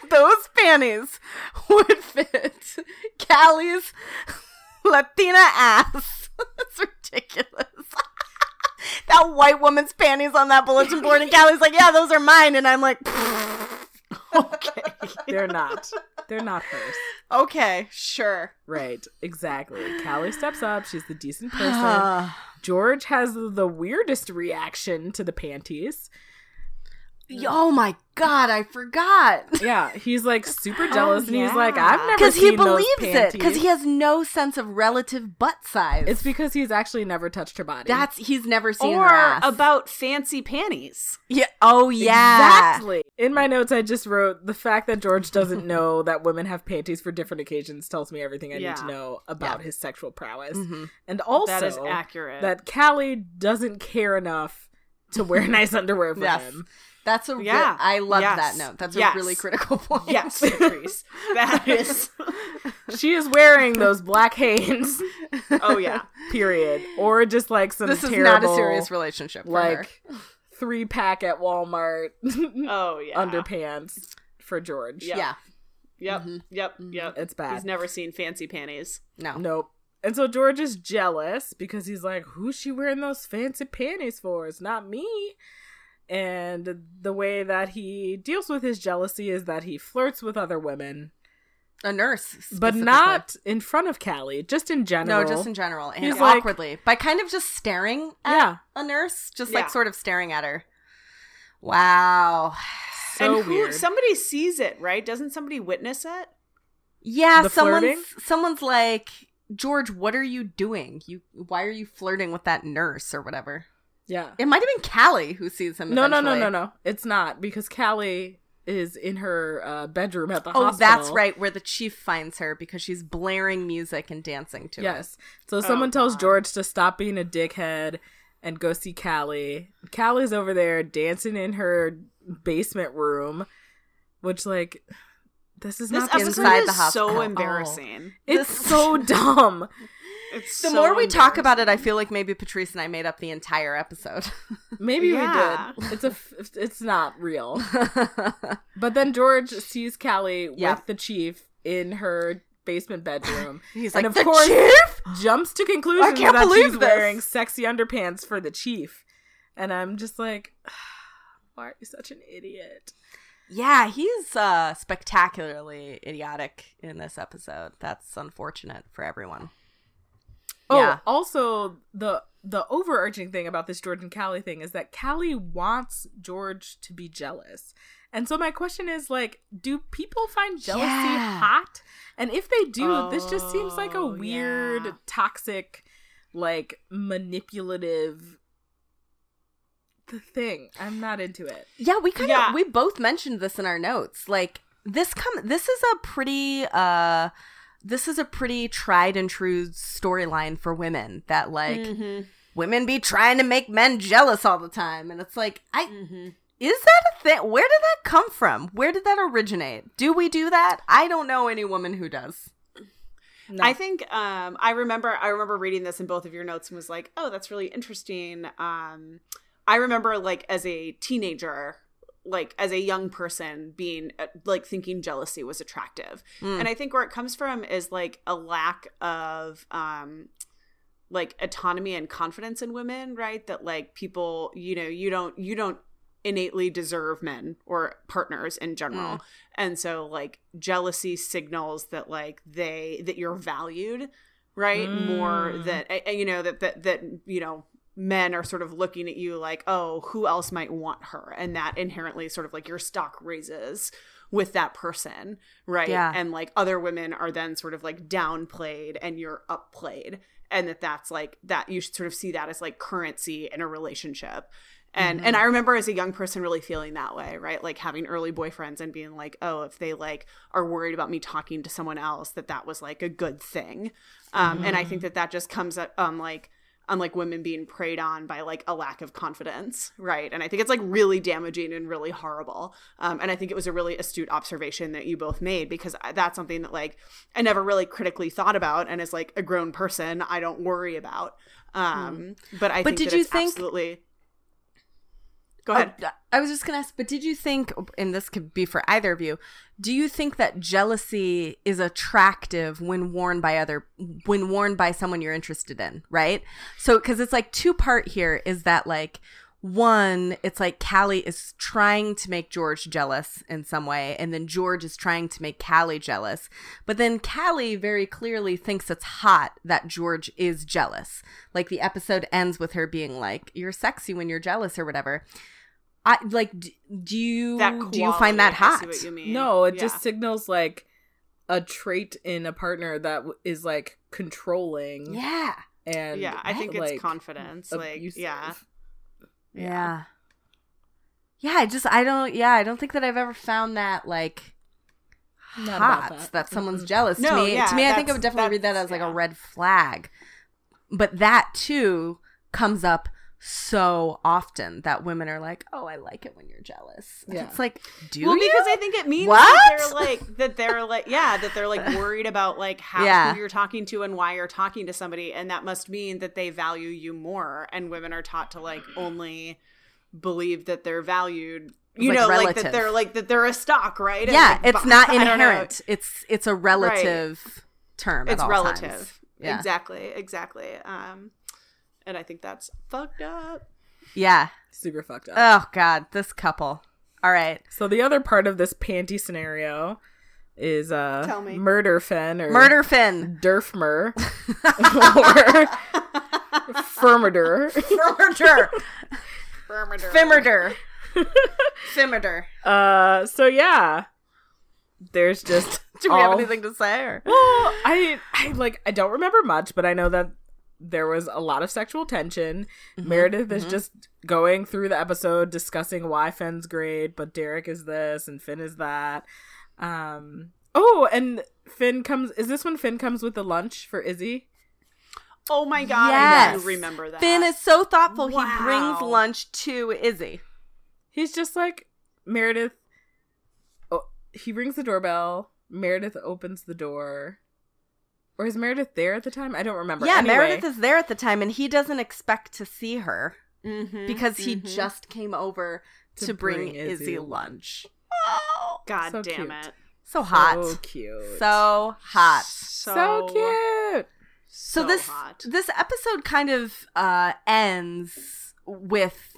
those panties would fit Callie's Latina ass. That's ridiculous. that white woman's panties on that bulletin board, and Callie's like, "Yeah, those are mine," and I'm like, they're not. They're not hers. "Okay, sure." Right. Exactly. Callie steps up. She's the decent person. George has the weirdest reaction to the panties. oh my god, I forgot. Yeah, he's like super jealous, and he's like, Oh, yeah. "I've never Because he seen those believes it. Because panties." he has no sense of relative butt size. It's because he's actually never touched her body. That's he's never seen her Or ass. about fancy panties. yeah. Oh yeah. Exactly. In my notes, I just wrote the fact that George doesn't know that women have panties for different occasions tells me everything I need to Yeah. know about his sexual prowess. Mhm. And also, that is accurate. that Callie doesn't care enough to wear nice underwear for Yes. him. That's a. Yeah. Yeah. I love Yes. that note. That's Yes. a really critical point. yes, Patrice. That is. She is wearing those black Hanes, Oh yeah. period. Or just like some this is terrible, not a serious relationship. For her. like three pack at Walmart Oh yeah. underpants for George. Yeah. yeah. Yep. Yep. Mhm. Yep. It's bad. He's never seen fancy panties. No. Nope. And so George is jealous because he's like, who's she wearing those fancy panties for? It's not me. And the way that he deals with his jealousy is that he flirts with other women, A nurse, but specifically. not in front of Callie, just in general. No, just in general, and He's like- awkwardly, by kind of just staring at Yeah. a nurse, just Yeah. like sort of staring at her. Wow. So and who, weird. somebody sees it, right? Doesn't somebody witness it? Yeah, The someone's flirting? someone's like, George, what are you doing? You why are you flirting with that nurse or whatever? yeah. It might have been Callie who sees him. No, no, no, eventually. no, no. It's not because Callie is in her uh, bedroom at the Oh, hospital. that's right, where the chief finds her because she's blaring music and dancing to it. Yes. So Oh, someone tells George to stop being a dickhead and go see Callie. Callie's over there dancing in her basement room, which like this is This not the episode inside is the hospital. so Oh. embarrassing. It's this- so dumb. It's The so more we talk about it, I embarrassing. feel like maybe Patrice and I made up the entire episode. Maybe Yeah. we did. It's a. f- It's not real. But then George sees Callie Yeah. with the chief in her basement bedroom. He's and like, of "The course, chief?" jumps to I conclusions can't that believe she's this. wearing sexy underpants for the chief. And I'm just like, why are you such an idiot? yeah, he's uh, spectacularly idiotic in this episode. That's unfortunate for everyone. Oh, Yeah. also the the overarching thing about this George and Callie thing is that Callie wants George to be jealous. And so my question is like, do people find jealousy Yeah. hot? And if they do, this just seems like a Oh, weird, yeah. toxic, like manipulative th- thing. I'm not into it. Yeah, we kind of Yeah. we both mentioned this in our notes. Like this come this is a pretty uh this is a pretty tried and true storyline for women that like Mm-hmm. women be trying to make men jealous all the time and it's like I Mm-hmm. is that a thing? Where did that come from? Where did that originate? Do we do that? I don't know any woman who does. I think um, I remember I remember reading this in both of your notes and was like, oh, that's really interesting. Um, I remember like as a teenager, like as a young person, being uh, like thinking jealousy was attractive, Mm. and I think where it comes from is like a lack of um, like autonomy and confidence in women, right? That like people, you know, you don't you don't innately deserve men or partners in general. And so like jealousy signals that like they that you're valued, right? More Mm. than and, you know that that that you know men are sort of looking at you like, "Oh, who else might want her?" and that inherently sort of like your stock raises with that person, right? Yeah. And like other women are then sort of like downplayed and you're upplayed and that that's like that you should sort of see that as like currency in a relationship and and i remember as a young person really feeling that way right like having early boyfriends and being like oh if they like are worried about me talking to someone else that that was like a good thing um and Mm. i think that that just comes up um like on like women being preyed on by like a lack of confidence right and i think it's like really damaging and really horrible um, and i think it was a really astute observation that you both made because I- that's something that like i never really critically thought about and as like a grown person i don't worry about um, but i Mm. But think did that you it's think- absolutely go Oh, ahead I was just going to ask, but did you think, and this could be for either of you, do you think that jealousy is attractive when worn by other, when worn by someone you're interested in, right? So, because it's like two part here is that like, one, it's like Callie is trying to make George jealous in some way, and then George is trying to make Callie jealous. But then Callie very clearly thinks it's hot that George is jealous. Like the episode ends with her being like, "You're sexy when you're jealous" or whatever. I like. d- Do you do you find that quality, I hot? see what you mean. No, it Yeah. just signals like a trait in a partner that w- is like controlling Yeah. and yeah i think it's like, confidence like abusive. yeah Yeah. Yeah, I just I don't yeah, I don't think that I've ever found that like Not about hot that. that. someone's jealous. No, to me yeah, to me I think I that's- would definitely read that that's- as like yeah. a red flag. But that too comes up so often that women are like, "Oh, I like it when you're jealous." And Yeah. It's like, do well, you? because I think it means that What? they're like that they're like yeah that they're like worried about like how Yeah. who you're talking to and why you're talking to somebody, and that must mean that they value you more. And women are taught to like only believe that they're valued, you Like know, like relative. that they're like that they're a stock, right? And, yeah, like, it's bo- not I don't know. inherent. It's it's a relative term. at It's all relative. times. Yeah. Exactly. Exactly. Um, and I think that's fucked up. Yeah. super fucked Uh, up. Oh god, this couple. All right. so the other part of this panty scenario is uh Tell me. murder fen or Murder Finn. derfmer or firmider. Murder. Firmider. Fimmerder. Fimmerder. Uh so yeah. There's just Do we have all- anything to say? Or? Well, I I like I don't remember much, but I know that there was a lot of sexual tension. Mm-hmm. Meredith is just going through the episode discussing why Finn's great, but Derek is this and Finn is that. Um Oh, and Finn comes is this when Finn comes with the lunch for Izzy? Oh my god! I Yes. do remember that. Finn is so thoughtful. He Wow. brings lunch to Izzy. He's just like Meredith Oh, he rings the doorbell. Meredith opens the door. Or is Meredith there at the time? I don't remember. Yeah, Anyway. Meredith is there at the time, and he doesn't expect to see her Mm-hmm, Mhm. because he Mhm. just came over Mm-hmm. to, To bring, bring Izzy, Izzy lunch. God So damn cute. it. So hot. So So, cute. hot. so cute. So, this hot. this episode kind of uh, ends with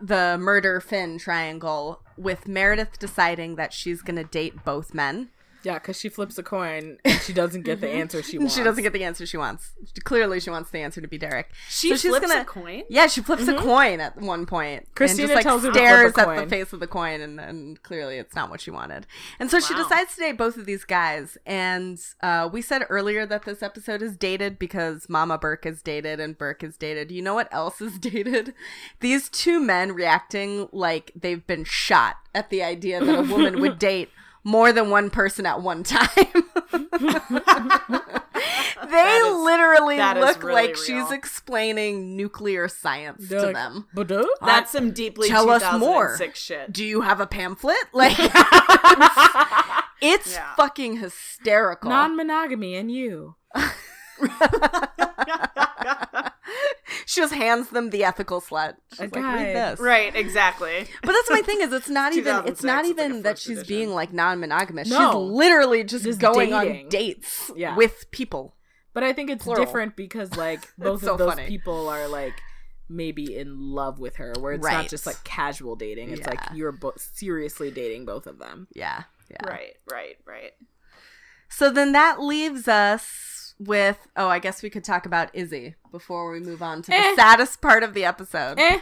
the murder Finn triangle with Meredith deciding that she's going to date both men. Yeah, because she flips a coin and she doesn't get the answer she wants. Mm-hmm. She doesn't get the answer she wants. Clearly, she wants the answer to be Derek. She So she's flips gonna- a coin. Yeah, she flips a coin at one point. Mm-hmm. Christina and just, like, tells her to flip stares a at coin. the face of the coin, and, and clearly it's not what she wanted. And so she Wow. decides to date both of these guys. And uh, we said earlier that this episode is dated because Mama Burke is dated and Burke is dated. You know what else is dated? These two men reacting like they've been shot at the idea that a woman would date more than one person at one time. They is- literally that is look really like real. she's explaining nuclear science They're to like, them. But uh, That's some deeply Tell us 2006 more. shit. Do you have a pamphlet? Like, it's Yeah. fucking hysterical. non-monogamy and you. she just hands them the ethical slut. She's A like, read guide. this. Uh, right, exactly. But that's my thing is it's not even it's 2006, not it's like even a that first she's edition. being like non-monogamous. She's No. literally just, Just going on dating. dates Yeah. with people. But I think it's Plural. different because like both so of those funny. people are like maybe in love with her, where it's Right. not just like casual dating. It's like Yeah. you're bo- seriously dating both of them. Yeah. Yeah. Right, right, right. So then that leaves us with oh, I guess we could talk about Izzy before we move on to the Eh. saddest part of the episode. Eh.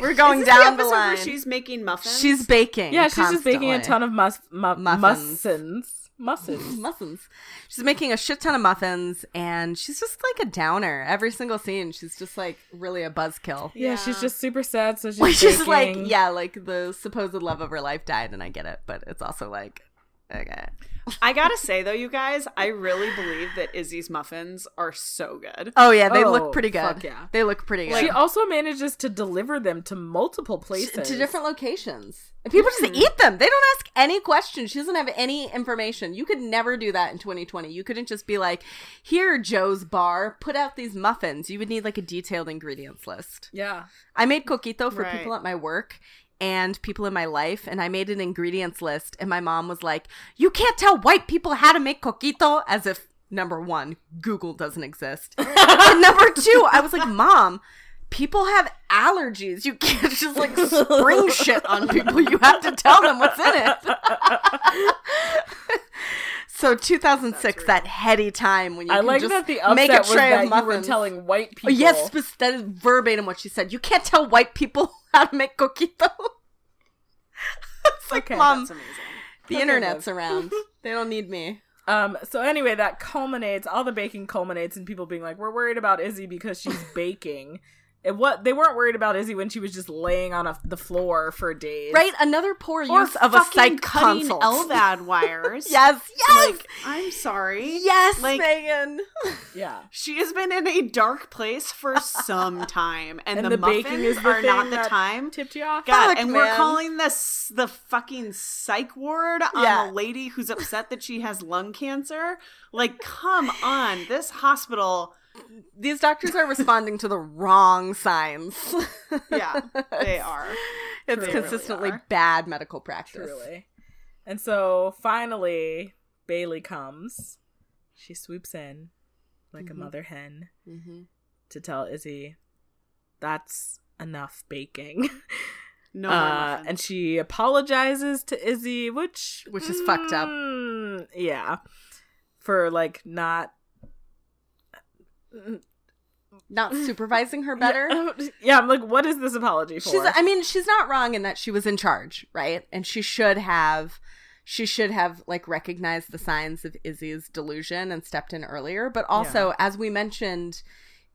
We're going Is this down the, the episode line. Where she's making muffins. She's baking. yeah, she's just baking a constantly. ton of mus- mu- Muffins. muffins. Muffins. muffins. She's making a shit ton of muffins, and she's just like a downer. Every single scene, she's just like really a buzzkill. Yeah, she's Yeah. just super sad. So she's, Which is like, baking. yeah, like the supposed love of her life died, and I get it, but it's also like, okay, I gotta say though, you guys, I really believe that Izzy's muffins are so good. oh yeah, they Oh, look pretty good. fuck yeah. They look pretty good. She also manages to deliver them to multiple places, to different locations. And people just eat them. They don't ask any questions. She doesn't have any information. You could never do that in 2020. You couldn't just be like, here, Joe's Bar, put out these muffins. You would need like a detailed ingredients list. Yeah, I made coquito for Right. people at my work and people in my life, and I made an ingredients list. And my mom was like, you can't tell white people how to make coquito as if. Number one, Google doesn't exist. and number two, I was like, Mom, people have allergies. You can't just like spring shit on people. You have to tell them what's in it. so 2006, that heady time when you I can like just that the upset make a was tray that of you muffins. were telling white Oh, people. yes, but that is verbatim what she said. You can't tell white people how to make coquito. it's like, Okay, Mom, That's amazing. the okay, internet's around. They don't need me. Um, so anyway, that culminates. All the baking culminates in people being like, "We're worried about Izzy because she's baking." And what they weren't worried about Izzy when she was just laying on a, the floor for days, Right? Another poor use of a fucking psych cutting consult. LVAD wires. Yes, yes. Like, I'm sorry. Yes, Like, Megan. Yeah, she has been in a dark place for some time, and, And the, the muffins baking is the are not thing the that- time. tipped you off. God, Fuck, and man. we're calling this the fucking psych ward on Yeah. a lady who's upset that she has lung cancer. Like, come on, this hospital. These doctors are responding to the wrong signs. Yeah, they are. It's They really consistently are. bad medical practice. Truly. And so finally, Bailey comes. She swoops in like Mhm. a mother hen Mhm. to tell Izzy, "That's enough baking." No more uh, muffins. and she apologizes to Izzy, which Which is fucked up. Mm, Yeah, for like not Not supervising her Mm, better. Yeah, yeah, I'm like, what is this apology for? She's I mean, she's not wrong in that she was in charge, right? And she should have she should have like recognized the signs of Izzy's delusion and stepped in earlier, but also as we mentioned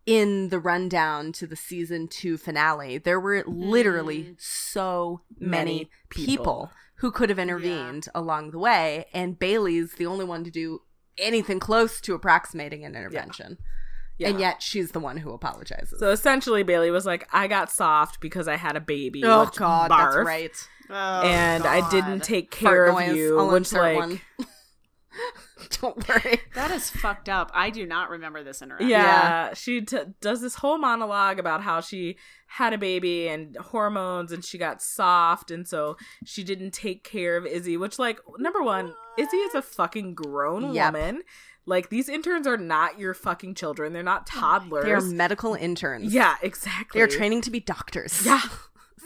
in the rundown to the season 2 finale, there were literally so many, Many people. people. who could have intervened along the way, and Bailey's the only one to do anything close to approximating an intervention. Yeah. And yet she's the one who apologizes. so essentially, Bailey was like, I got soft because I had a baby. oh which god, barf, that's right. Oh, And I didn't God. take fart care of noise. you, I'll which insert like, one. Don't worry. That is fucked up. I do not remember this interaction. yeah, she t- does this whole monologue about how she had a baby and hormones, and she got soft, and so she didn't take care of Izzy. Which, like, number one, Izzy is a fucking grown Yep. woman. Like, these interns are not your fucking children; they're not toddlers. They are medical interns. yeah, exactly. They are training to be doctors. Yeah.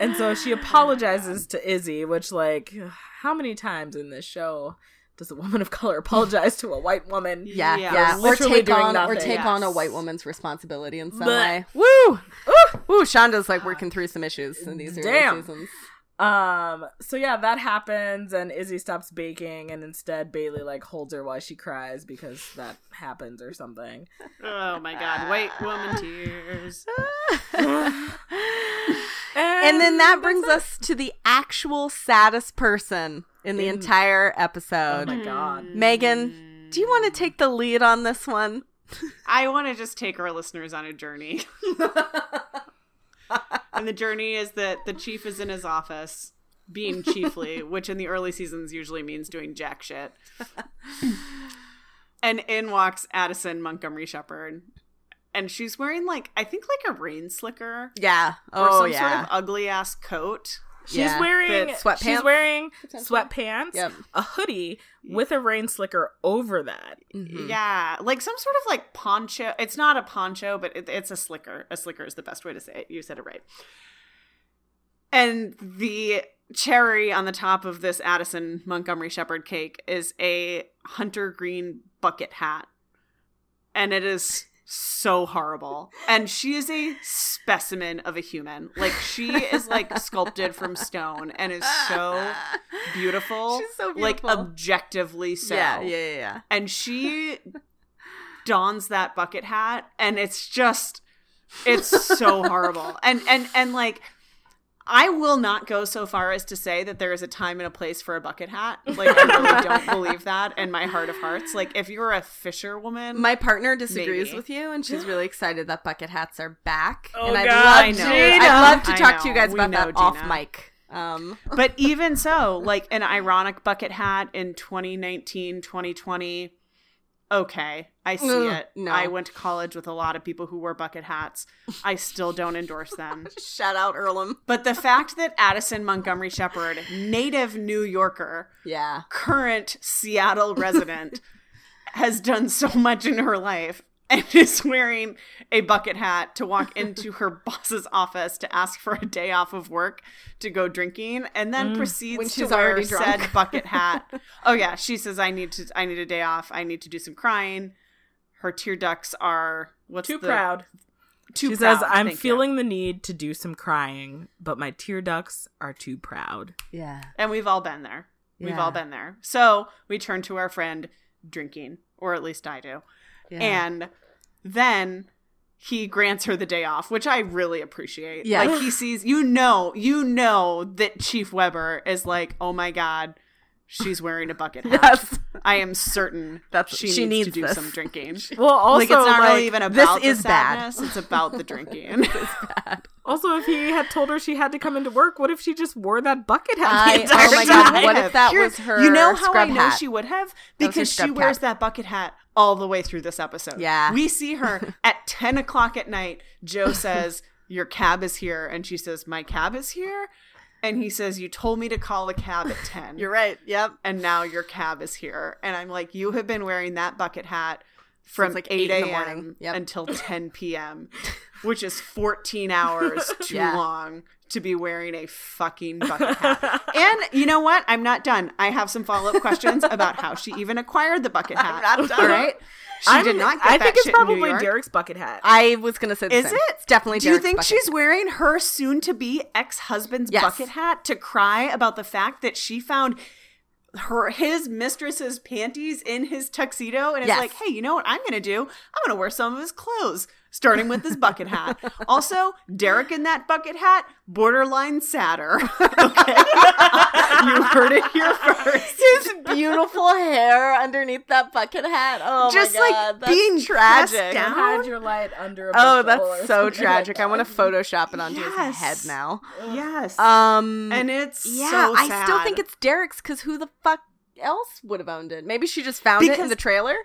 And so she apologizes to Izzy, which, like, how many times in this show does a woman of color apologize to a white woman? Yeah, Yeah. yeah. We're Or literally take doing on or nothing. take on a Yes. white woman's responsibility in some way. Blech. Woo! Ooh, Woo! Shonda's like working through some issues in these early Damn. seasons. Um, so yeah, that happens, and Izzy stops baking, and instead Bailey like holds her while she cries because that happens or something. Oh my god, white woman tears. and then that brings us to the actual saddest person in the In- entire Oh episode. my god. Mm. Megan, Do you want to take the lead on this one? I want to just take our listeners on a journey. and the journey is that the chief is in his office, being chiefly, which in the early seasons usually means doing jack shit. and in walks Addison Montgomery Shepherd. And she's wearing, like, I think like a rain slicker Yeah. or Oh some sort yeah. of ugly ass coat. She's Yeah. wearing The sweatpants. She's sweatpants? wearing Potentially. sweatpants, Yep. a hoodie with a rain slicker over that. Mhm. Yeah, like some sort of like poncho. It's not a poncho, but it, it's a slicker. A slicker is the best way to say it. You said it right. And the cherry on the top of this Addison Montgomery Shepherd cake is a hunter green bucket hat. And it is so horrible. And she is a specimen of a human. Like she is like sculpted from stone and is so beautiful. She's so Like beautiful. objectively so Yeah, yeah, yeah, yeah. and she dons that bucket hat and it's just it's so horrible and and and like I will not go so far as to say that there is a time and a place for a bucket hat. Like I really don't believe that in my heart of hearts. Like if you're a fisherwoman, My partner disagrees Maybe. with you, and she's really excited that bucket hats are back. Oh, and I'd God, love I to, know. I'd love to I talk to you know. guys We about know, that off Gina. mic. Um, but even so, like an ironic bucket hat in 2019, 2020, okay, I see Ugh, it. no. I went to college with a lot of people who wore bucket hats. I still don't endorse them. shout out Earlham. But the fact that Addison Montgomery Shepherd, native New Yorker, Yeah. current Seattle resident, has done so much in her life and is wearing a bucket hat to walk into her boss's office to ask for a day off of work to go drinking and then Mm. proceeds When she's to wear already drunk. said bucket hat. oh yeah, she says I need to I need a day off. I need to do some crying. Her tear ducts are what's Too the- proud. Too she proud. says, "I'm Thank you." feeling the need to do some crying, but my tear ducts are too proud." Yeah. And we've all been there. We've Yeah. all been there. So we turn to our friend drinking, or at least I do. Yeah. And then he grants her the day off, which I really appreciate. Yeah. Like he sees, you know, you know that Chief Weber is like, oh my God, she's wearing a bucket hat. Yes. I am certain That's- she, she needs, to needs do this. some drinking. Well, also like it's not really like, even this about is the bad. sadness, it's about the drinking. Also, if he had told her she had to come into work, what if she just wore that bucket hat? I, the entire oh my time? god, what if that Here's- was her You know how scrub I know hat? she would That have was her because she scrub wears hat. that bucket hat all the way through this episode. Yeah. we see her at ten o'clock at night. Joe says, "Your cab is here," and she says, "My cab is here." And he says, "You told me to call a cab at 10. You're right. Yep. and now your cab is here." And I'm like, "You have been wearing that bucket hat from Since, like, 8 8 in the a.m. morning. Yep. until 10 p.m." Which is 14 hours too Yeah. long to be wearing a fucking bucket hat. And you know what? I'm not done. I have some follow up questions about how she even acquired the bucket hat. not done. All right. She I'm- did not get I that think it's shit in New probably York. Derek's bucket hat. I was gonna say. The Is same. it? It's definitely? Do you Derek's think bucket. she's wearing her soon to be ex husband's Yes. bucket hat to cry about the fact that she found her his mistress's panties in his tuxedo and it's Yes. like, hey, you know what I'm gonna do? I'm gonna wear some of his clothes, starting with this bucket hat. also, Derek in that bucket hat, borderline sadder. okay. you heard it here first. his beautiful hair underneath that bucket hat? Oh Just my like god, that's being tragic. pressed down. Hide your light under a Oh, bushel or that's so something tragic. I like want to Photoshop it onto Yes. his head now. Yes. Um, and it's yeah, so I still think sad. it's Derek's because who the fuck else would have owned it? Maybe she just found it Because- in the trailer.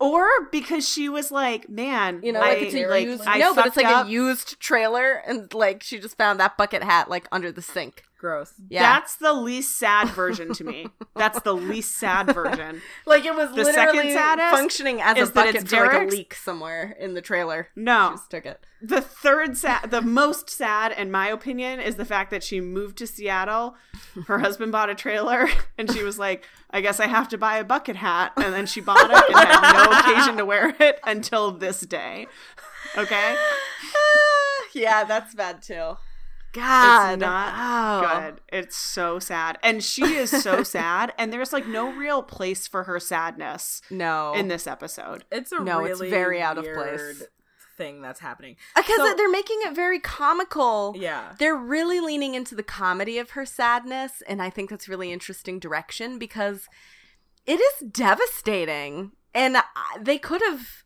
or because she was like, man, You know, I, like it's a like, used. I no, but it's fucked like up. a used trailer, and like she just found that bucket hat like under the sink. Gross. Yeah. That's the least sad version to me. That's the least sad version. like it was the second literally saddest functioning as is a that bucket it's for like a Derek's- leak somewhere in the trailer. No. Just took it. The third sad, the most sad, in my opinion, is the fact that she moved to Seattle. Her husband bought a trailer, and she was like, "I guess I have to buy a bucket hat." And then she bought it and had no occasion to wear it until this day. Okay, yeah, that's bad too. it's God. not Oh. good. It's so sad, and she is so sad, and there's like no real place for her sadness No. in this episode. It's a No, really it's very out of place. weird thing that's happening. because so- Uh, they're making it very comical. Yeah. They're really leaning into the comedy of her sadness, and I think that's really interesting direction because it is devastating. And I- they could have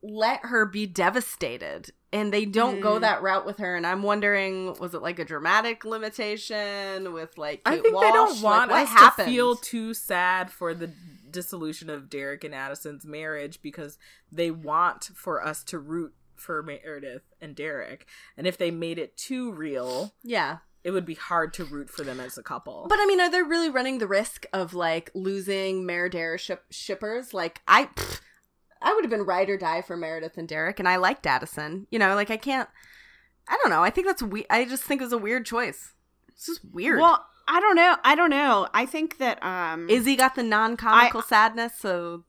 let her be devastated, and they don't go Mm-hmm. Mm. that route with her. And I'm wondering, was it like a dramatic limitation with like I Kate think they Walsh? don't Like, want what us happened? to feel too sad for the dissolution of Derek and Addison's marriage because they want for us to root for Meredith and Derek. And if they made it too real, yeah. it would be hard to root for them as a couple. But I mean, are they really running the risk of like losing Meredith ship- shippers? Like I, pfft, I would have been ride or die for Meredith and Derek, and I liked Addison. You know, like I can't. I don't know. I think that's we. I just think it was a weird choice. It's just weird. Well, I don't know. I don't know. I think that um Izzy got the non-comical sadness, so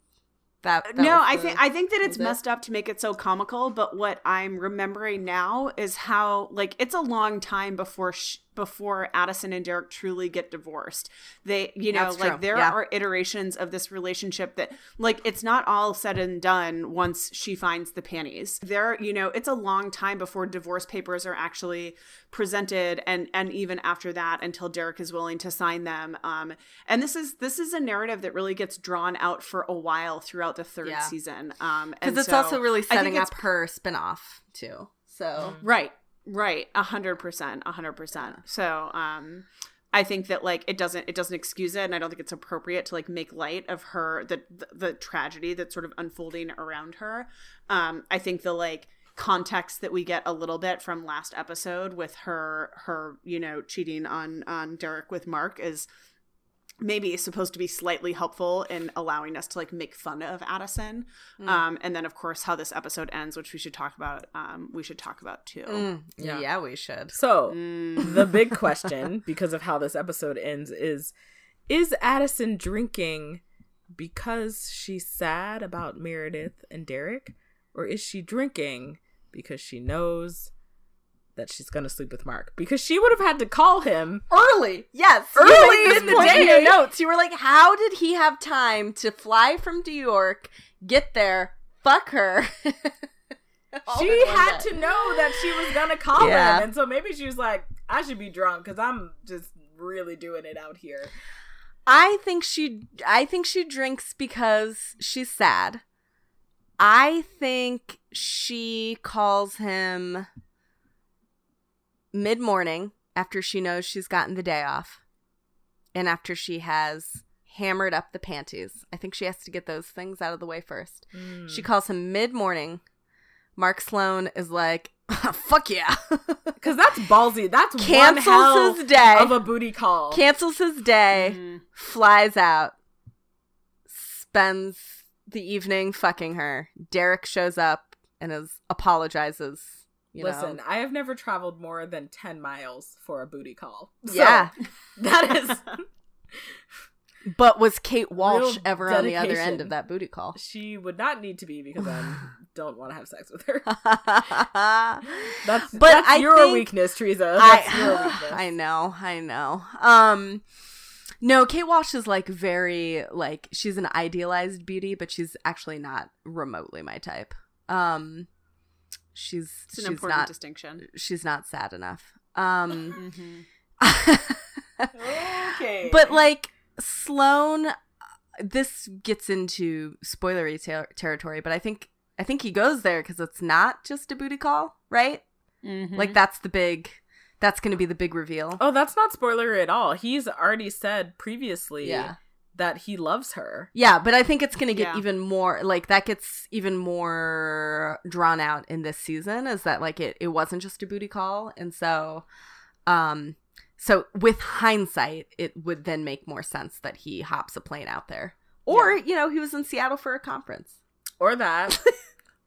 that. that no was i the- think i think that it's was it? messed up to make it so comical but what i'm remembering now is how like it's a long time before sh- before addison and derek truly get divorced they you know That's like true, there yeah. are iterations of this relationship that like it's not all said and done once she finds the panties there you know it's a long time before divorce papers are actually presented and and even after that until derek is willing to sign them um and this is this is a narrative that really gets drawn out for a while throughout the third Yeah. season um because and it's so- also really think setting it's- up her spin-off too. So right right a hundred percent a hundred percent so um i think that like it doesn't it doesn't excuse it and i don't think it's appropriate to like make light of her the the, the tragedy that's sort of unfolding around her um i think the like context that we get a little bit from last episode with her her you know cheating on on derek with mark is maybe is supposed to be slightly helpful in allowing us to like make fun of Addison. Mm. Um, and then of course how this episode ends, which we should talk about. Um, we should talk about too. mm, yeah. Yeah. we should. so, Mm. the big question because of how this episode ends is is Addison drinking because she's sad about Meredith and Derek or is she drinking because she knows that she's going to sleep with Mark because she would have had to call him Early, yes, Early You made this in the point in your day. notes, you were like, "How did he have time to fly from New York, get there, fuck her?" All she in one had day. to know that she was going to call Yeah. him and so maybe she was like I should be drunk cuz I'm just really doing it out here I think she. I think she drinks because she's sad. I think she calls him mid morning after she knows she's gotten the day off, and after she has hammered up the panties. I think she has to get those things out of the way first. Mm. She calls him mid morning. Mark Sloan is like, fuck yeah. cuz that's ballsy that's one hell cancels his day. of a booty call cancels his day, Mm. flies out, spends the evening fucking her. Derek shows up and is apologizes. You Listen, know. I have never traveled more than 10 miles for a booty call. So, Yeah. That is But was Kate Walsh Real ever on the other end dedication. of that booty call? she would not need to be because I don't want to have sex with her. That's That's But that's I your think- weakness, Oh, Teresa. That's your I, weakness. I know, I know. Um no, Kate Walsh is like very like she's an idealized beauty, but she's actually not remotely my type. Um she's It's an she's important not distinction. Mm-hmm. she's not sad enough. Um Okay. but like Sloane this gets into spoilery ter- territory, but I think I think he goes there cuz it's not just a booty call, right? Mm-hmm. Like that's the big that's going to be the big reveal. Oh, that's not spoiler at all. He's already said previously Yeah. that he loves her. Yeah, but I think it's going to get Yeah. even more like that gets even more drawn out in this season is that like it it wasn't just a booty call and so um So with hindsight, it would then make more sense that he hops a plane out there. Or, you know, he was in Seattle for a conference. or that,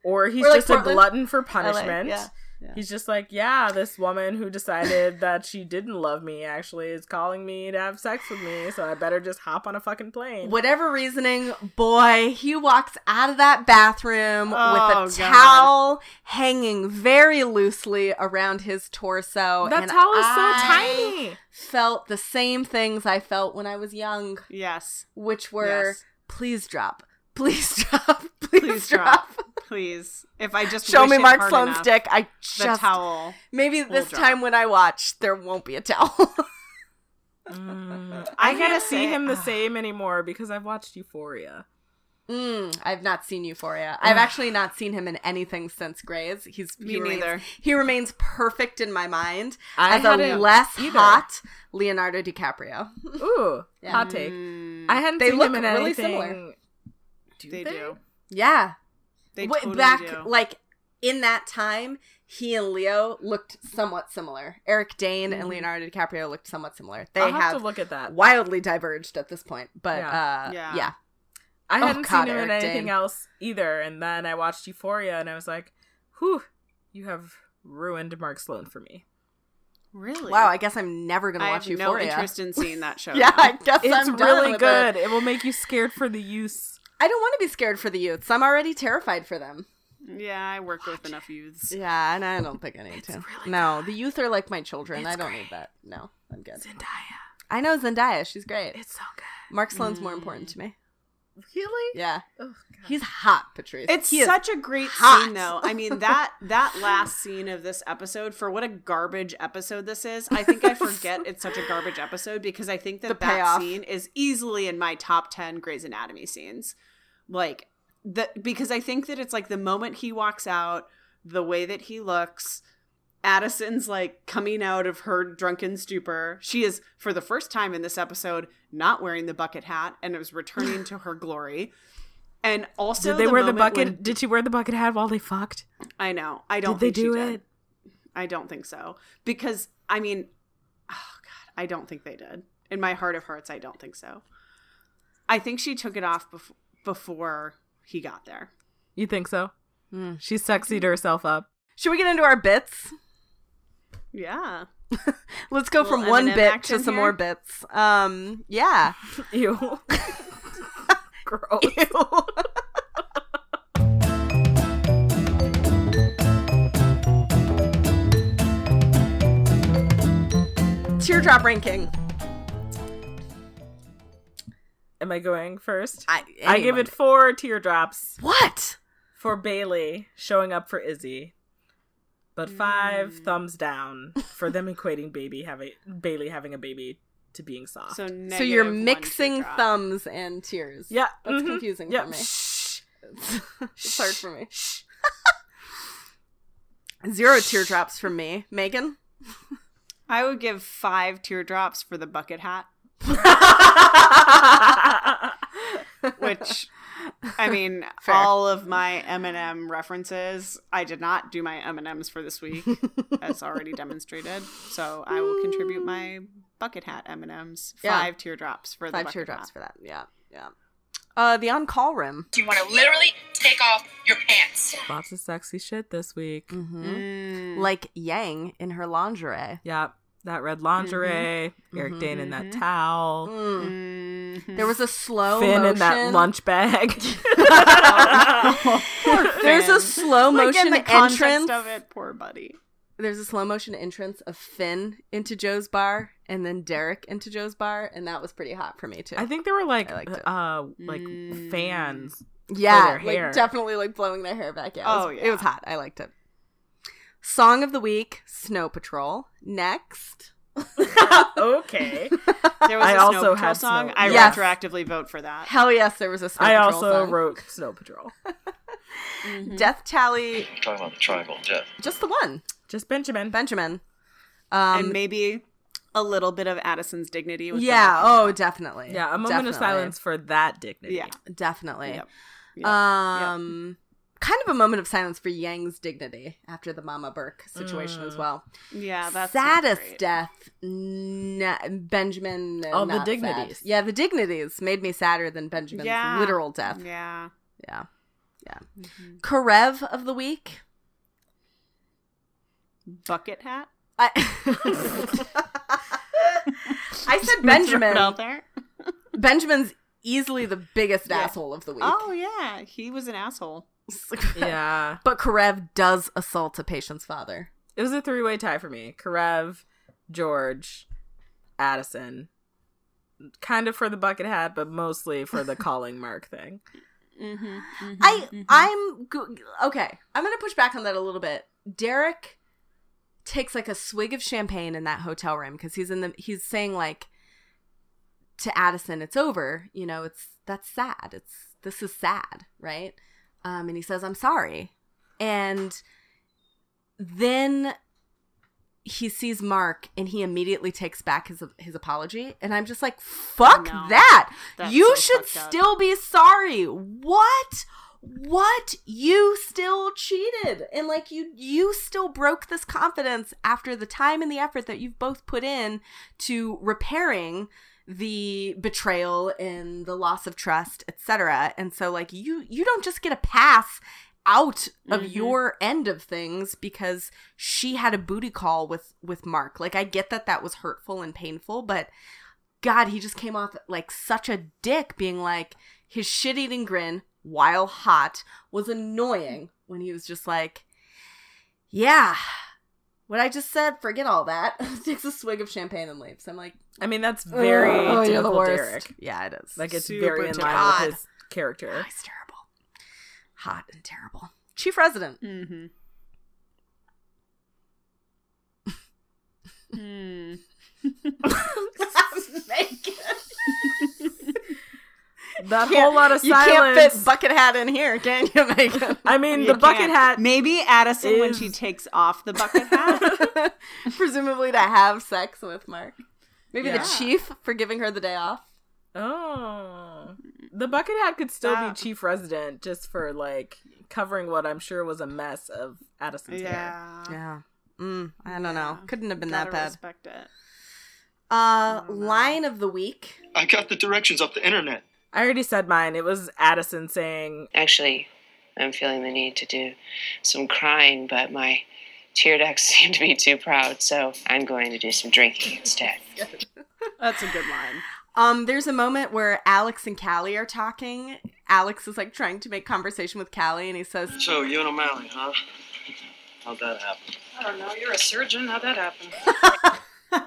or he's Or, like, just a Portland, glutton for punishment. yeah, yeah. He's just like, yeah, this woman who decided that she didn't love me actually is calling me to have sex with me, so I better just hop on a fucking plane. Whatever reasoning, boy, he walks out of that bathroom Oh, with a God. towel hanging very loosely around his torso. that and towel is I so tiny. Felt the same things I felt when I was young, Yes. which were Yes. please drop, please drop, please, Please drop. drop. Please. If I just Show wish me it Mark hard Sloan's enough, dick. I The just towel. maybe this drop. time when I watch there won't be a towel. Mm, I I gotta can't see say- him the ah. same anymore because I've watched Euphoria. Mm, I've not seen Euphoria. I've actually not seen him in anything since Grey's. He's he Me remains- neither. He remains perfect in my mind I as a hadn't less either. hot Leonardo DiCaprio. Ooh, Yeah. hot take. Mm, I hadn't They seen look him in really anything. similar. Do they they? do. Yeah, They Wa- totally back do. like in that time, he and Leo looked somewhat similar. Eric Dane and Mhm. Leonardo DiCaprio looked somewhat similar. They I'll have, Mm-hmm. have, to look at that. wildly diverged at this point, but uh, Yeah. yeah. I Oh, hadn't God, seen him in Eric anything Dane. else either, and then I watched Euphoria, and I was like, "Whew, you have ruined Mark Sloan for me." Really? Wow, I guess I'm never gonna I watch have Euphoria. no interest in seeing that show. yeah, now. I guess It's I'm done really with it. good. It. will make you scared for the use. I don't want to be scared for the youths. I'm already terrified for them. Yeah, I work with enough youths. Yeah, and I don't think I need to. no, the youth are like my children. It's I don't great. need that. No, I'm good. Zendaya, I know Zendaya. She's great. it's so good. Mark Sloan's more important to me. Really? Yeah. Oh, He's hot, Patrice. It's He is- such a great hot. scene though. I mean that that last scene of this episode for what a garbage episode this is. I think I forget it's such a garbage episode because I think that The that payoff. scene is easily in my top 10 Grey's Anatomy scenes. Like the because I think that it's like the moment he walks out, the way that he looks, Addison's like coming out of her drunken stupor. She is, for the first time in this episode, not wearing the bucket hat and is returning to her glory. And also, Did they wear the moment bucket? when- Did she wear the bucket hat while they fucked? I know. I don't. Did they think she do did. it? I don't think so because I mean, oh god, I don't think they did. In my heart of hearts, I don't think so. I think she took it off bef- before he got there. You think so? Mm. She sexied herself up. Should we get into our bits? Yeah. Let's go from Little one M&M bit to action some here? more bits. Um, yeah. Ew. Gross. Teardrop ranking. Am I going first? I, I give anyone. it four teardrops. What? for Bailey showing up for Izzy, but five Mm. thumbs down for them equating baby having Bailey having a baby to being soft. So so negative you're one mixing teardrop. thumbs and tears. yeah, That's mhm, confusing yeah. for me. Shh. it's hard for me. Shh. Zero teardrops from me. Megan? I would give five teardrops for the bucket hat, which, I mean, Fair. all of my Eminem references. I did not do my Ms for this week, as already demonstrated. So I will contribute my bucket hat Ms. Yeah. Five teardrops for the Five bucket teardrops hat. for that. Yeah. Yeah. Uh, the on call room. Do you want to literally take off your pants? Lots of sexy shit this week. Mm-hmm. Mm. Like Yang in her lingerie. Yeah, that red lingerie, Eric Mhm. Dane in that Mhm. towel, Mm. Mhm. There was a slow Finn motion. in that lunch bag. There's a Finn. slow Like, motion in the context entrance. of it, poor buddy. There's a slow motion entrance of Finn into Joe's bar and then Derek into Joe's bar, and that was pretty hot for me too. I think there were like I liked it. uh like Mm. fans. yeah, their hair. like definitely like blowing their hair back. Yeah, it was, Oh, it was yeah. hot. I liked it. Song of the week: Snow Patrol. Next. okay. There was I a also Snow Patrol had Snow- song. I Yes. retroactively vote for that. Hell yes, there was a Snow I Patrol also song. wrote Snow Patrol. Mm-hmm. Death Tally, Talking about the tribal death. just the one, Just Benjamin. Benjamin. Um, and maybe a little bit of Addison's dignity. With the yeah, bucket oh, hat. definitely. yeah, a moment of Definitely. silence for that dignity. Yeah. Definitely. Yep. Yep. Um, kind of a moment of silence for Yang's dignity after the Mama Burke situation Mm. as well. Yeah, that's not Saddest great. death, na- Benjamin. Oh, the not sad. dignities. Yeah, the dignities made me sadder than Benjamin's Yeah. literal death. Yeah. Mm-hmm. Yeah. Yeah. Karev of the week. Bucket hat. I, I said Just gonna throw it Benjamin. out there. Benjamin's easily the biggest Yeah. asshole of the week. Oh yeah, he was an asshole. Yeah. But Karev does assault a patient's father. It was a three way tie for me. Karev, George, Addison. Kind of for the bucket hat, but mostly for the calling mark thing. Mm-hmm, I I'm go- okay. I'm gonna push back on that a little bit. Derek takes like a swig of champagne in that hotel room because he's in the he's saying like to Addison, it's over. You know, it's that's sad. It's this is sad, right? Um, and he says, I'm sorry, and then he sees Mark and he immediately takes back his his apology, and I'm just like, fuck No. that That's you so should fucked up. still be sorry. What? What? You still cheated. And like you you still broke this confidence after the time and the effort that you've both put in to repairing the betrayal and the loss of trust, etc. And so like you you don't just get a pass out of Mhm. your end of things because she had a booty call with with Mark. Like I get that that was hurtful and painful, but God, he just came off like such a dick, being like his shit eating grin, while hot, was annoying when he was just like, Yeah, what I just said, forget all that. Takes a swig of champagne and leaves. I'm like, I mean, that's very "Oh, you're the typical worst. Derek. Yeah, it is. Like, it's Super very in line God. with his Oh, character. he's terrible. Hot and terrible. Chief resident. Mm-hmm. Hmm. That whole lot of you silence. can't fit bucket hat in here, can you, Megan? I mean, You the bucket can't. hat. Maybe Addison when she is- takes off the bucket hat. Presumably to have sex with Mark. Maybe Yeah. the chief for giving her the day off. Oh. The bucket hat could still Wow. be chief resident just for like covering what I'm sure was a mess of Addison's hair. Yeah. Mm, I don't know. Yeah. Couldn't have been that Gotta bad. respect it. Uh, don't know. line of the week. I got the directions off the internet. I already said mine. It was Addison saying, Actually, I'm feeling the need to do some crying, but my tear ducts seem to be too proud, so I'm going to do some drinking instead. That's a good line. Um, there's a moment where Alex and Callie are talking. Alex is like trying to make conversation with Callie, and he says, So you and O'Malley, huh? How'd that happen? I don't know. You're a surgeon. How'd that happen?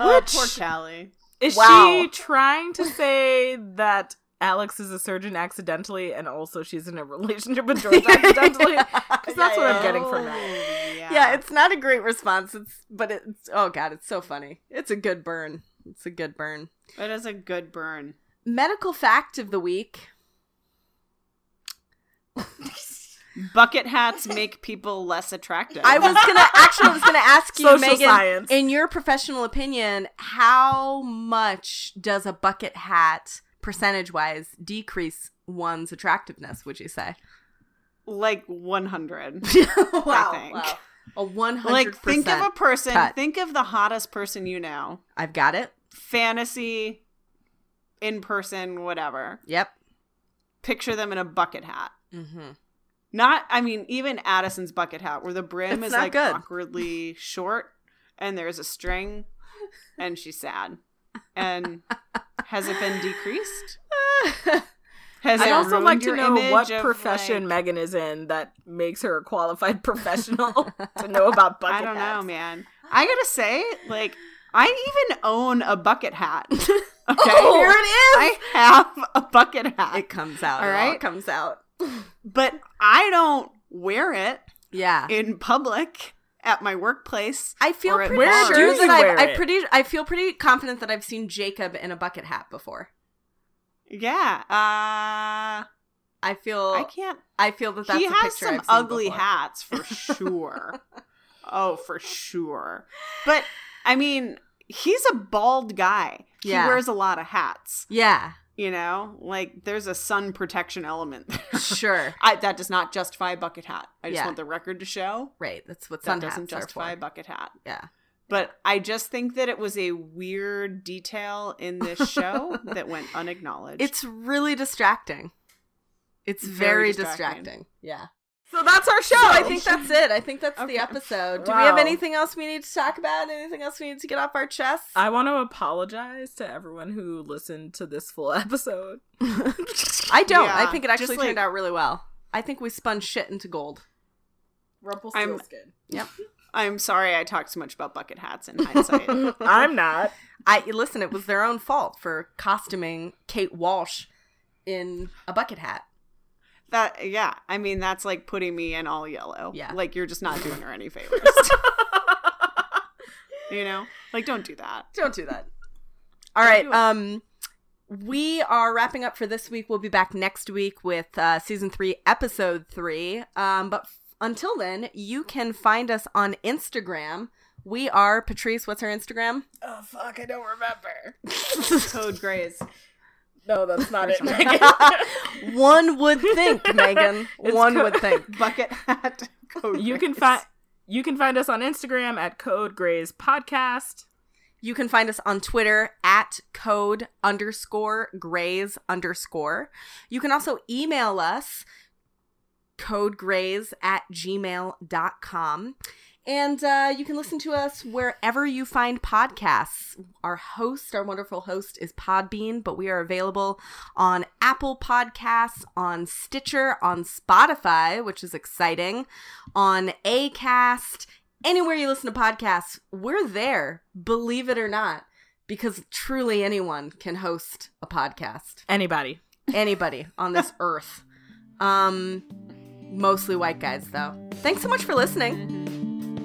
Oh, Which- poor Callie. Is Wow. she trying to say that Alex is a surgeon accidentally and also she's in a relationship with George accidentally? Because that's what I'm getting from that. Oh, Yeah. Yeah, it's not a great response. It's but it's oh god, it's so funny. It's a good burn. It's a good burn. it is a good burn. Medical fact of the week. Bucket hats make people less attractive. I was gonna actually I was gonna ask you, Social Megan, science. in your professional opinion, how much does a bucket hat percentage wise decrease one's attractiveness? Would you say? like 100. wow, think. a one hundred Like think of a percent. person, cut. think of the hottest person you know. I've got it. Fantasy in person, whatever. Yep. Picture them in a bucket hat. Mm-hmm. Not I mean even Addison's bucket hat where the brim It's is not like good. awkwardly short and there's a string and she's sad. And has it been decreased? Has I'd it also ruined like to your know image what of, profession like- Megan is in that makes her a qualified professional to know about bucket I don't hats. know, man. I gotta say, like, I even own a bucket hat. Okay, Oh, here it is. I have a bucket hat, it comes out. All All right. right. comes out. but I don't wear it Yeah. in public at my workplace. I feel Or at pretty bars. Where do sure you that I've, wear I it? pretty I feel pretty confident that I've seen Jacob in a bucket hat before. Yeah, uh, I feel I I, can't. feel that that's he a has picture some I've seen ugly before. hats for sure. oh, for sure. But I mean, he's a bald guy. He Yeah. wears a lot of hats. Yeah. You know, like there's a sun protection element. there. Sure. I, that does not justify bucket hat. I just Yeah. want the record to show Right. That's what that sun doesn't hats are justify for. bucket hat. Yeah. But I just think that it was a weird detail in this show that went unacknowledged. It's really distracting. It's very, Very distracting. distracting. Yeah. So that's our show. I think that's it. I think that's Okay. the episode. Do we have Wow. anything else we need to talk about? Anything else we need to get off our chest? Uh, I want to apologize to everyone who listened to this full episode. I don't. I Yeah, think it just actually like- turned out really well. I think we spun shit into gold. Rumpelstiltskin. I'm sorry I talked so much about bucket hats in hindsight. I'm not. I listen. It was their own fault for costuming Kate Walsh in a bucket hat. That yeah, I mean that's like putting me in all yellow. Yeah. like you're just not doing her any favors. you know, like don't do that. Don't do that. All Don't right. do it. Um, we are wrapping up for this week. We'll be back next week with uh, season three, episode three. Um, but f- until then, you can find us on Instagram. We are Patrice. What's her Instagram? Oh fuck! I don't remember. Code Grays. No, that's not it. One would think, Megan. It's One co- would think. bucket hat. Code you can Grays. find you can find us on Instagram at Code Grays Podcast. You can find us on Twitter at code underscore grays underscore. You can also email us codegrays at gmail.com. And uh, you can listen to us wherever you find podcasts. Our host, our wonderful host, is Podbean, but we are available on Apple Podcasts, on Stitcher, on Spotify, which is exciting, on Acast, anywhere you listen to podcasts, we're there, believe it or not, because truly anyone can host a podcast. Anybody. Anybody on this earth. Um mostly white guys though. Thanks so much for listening.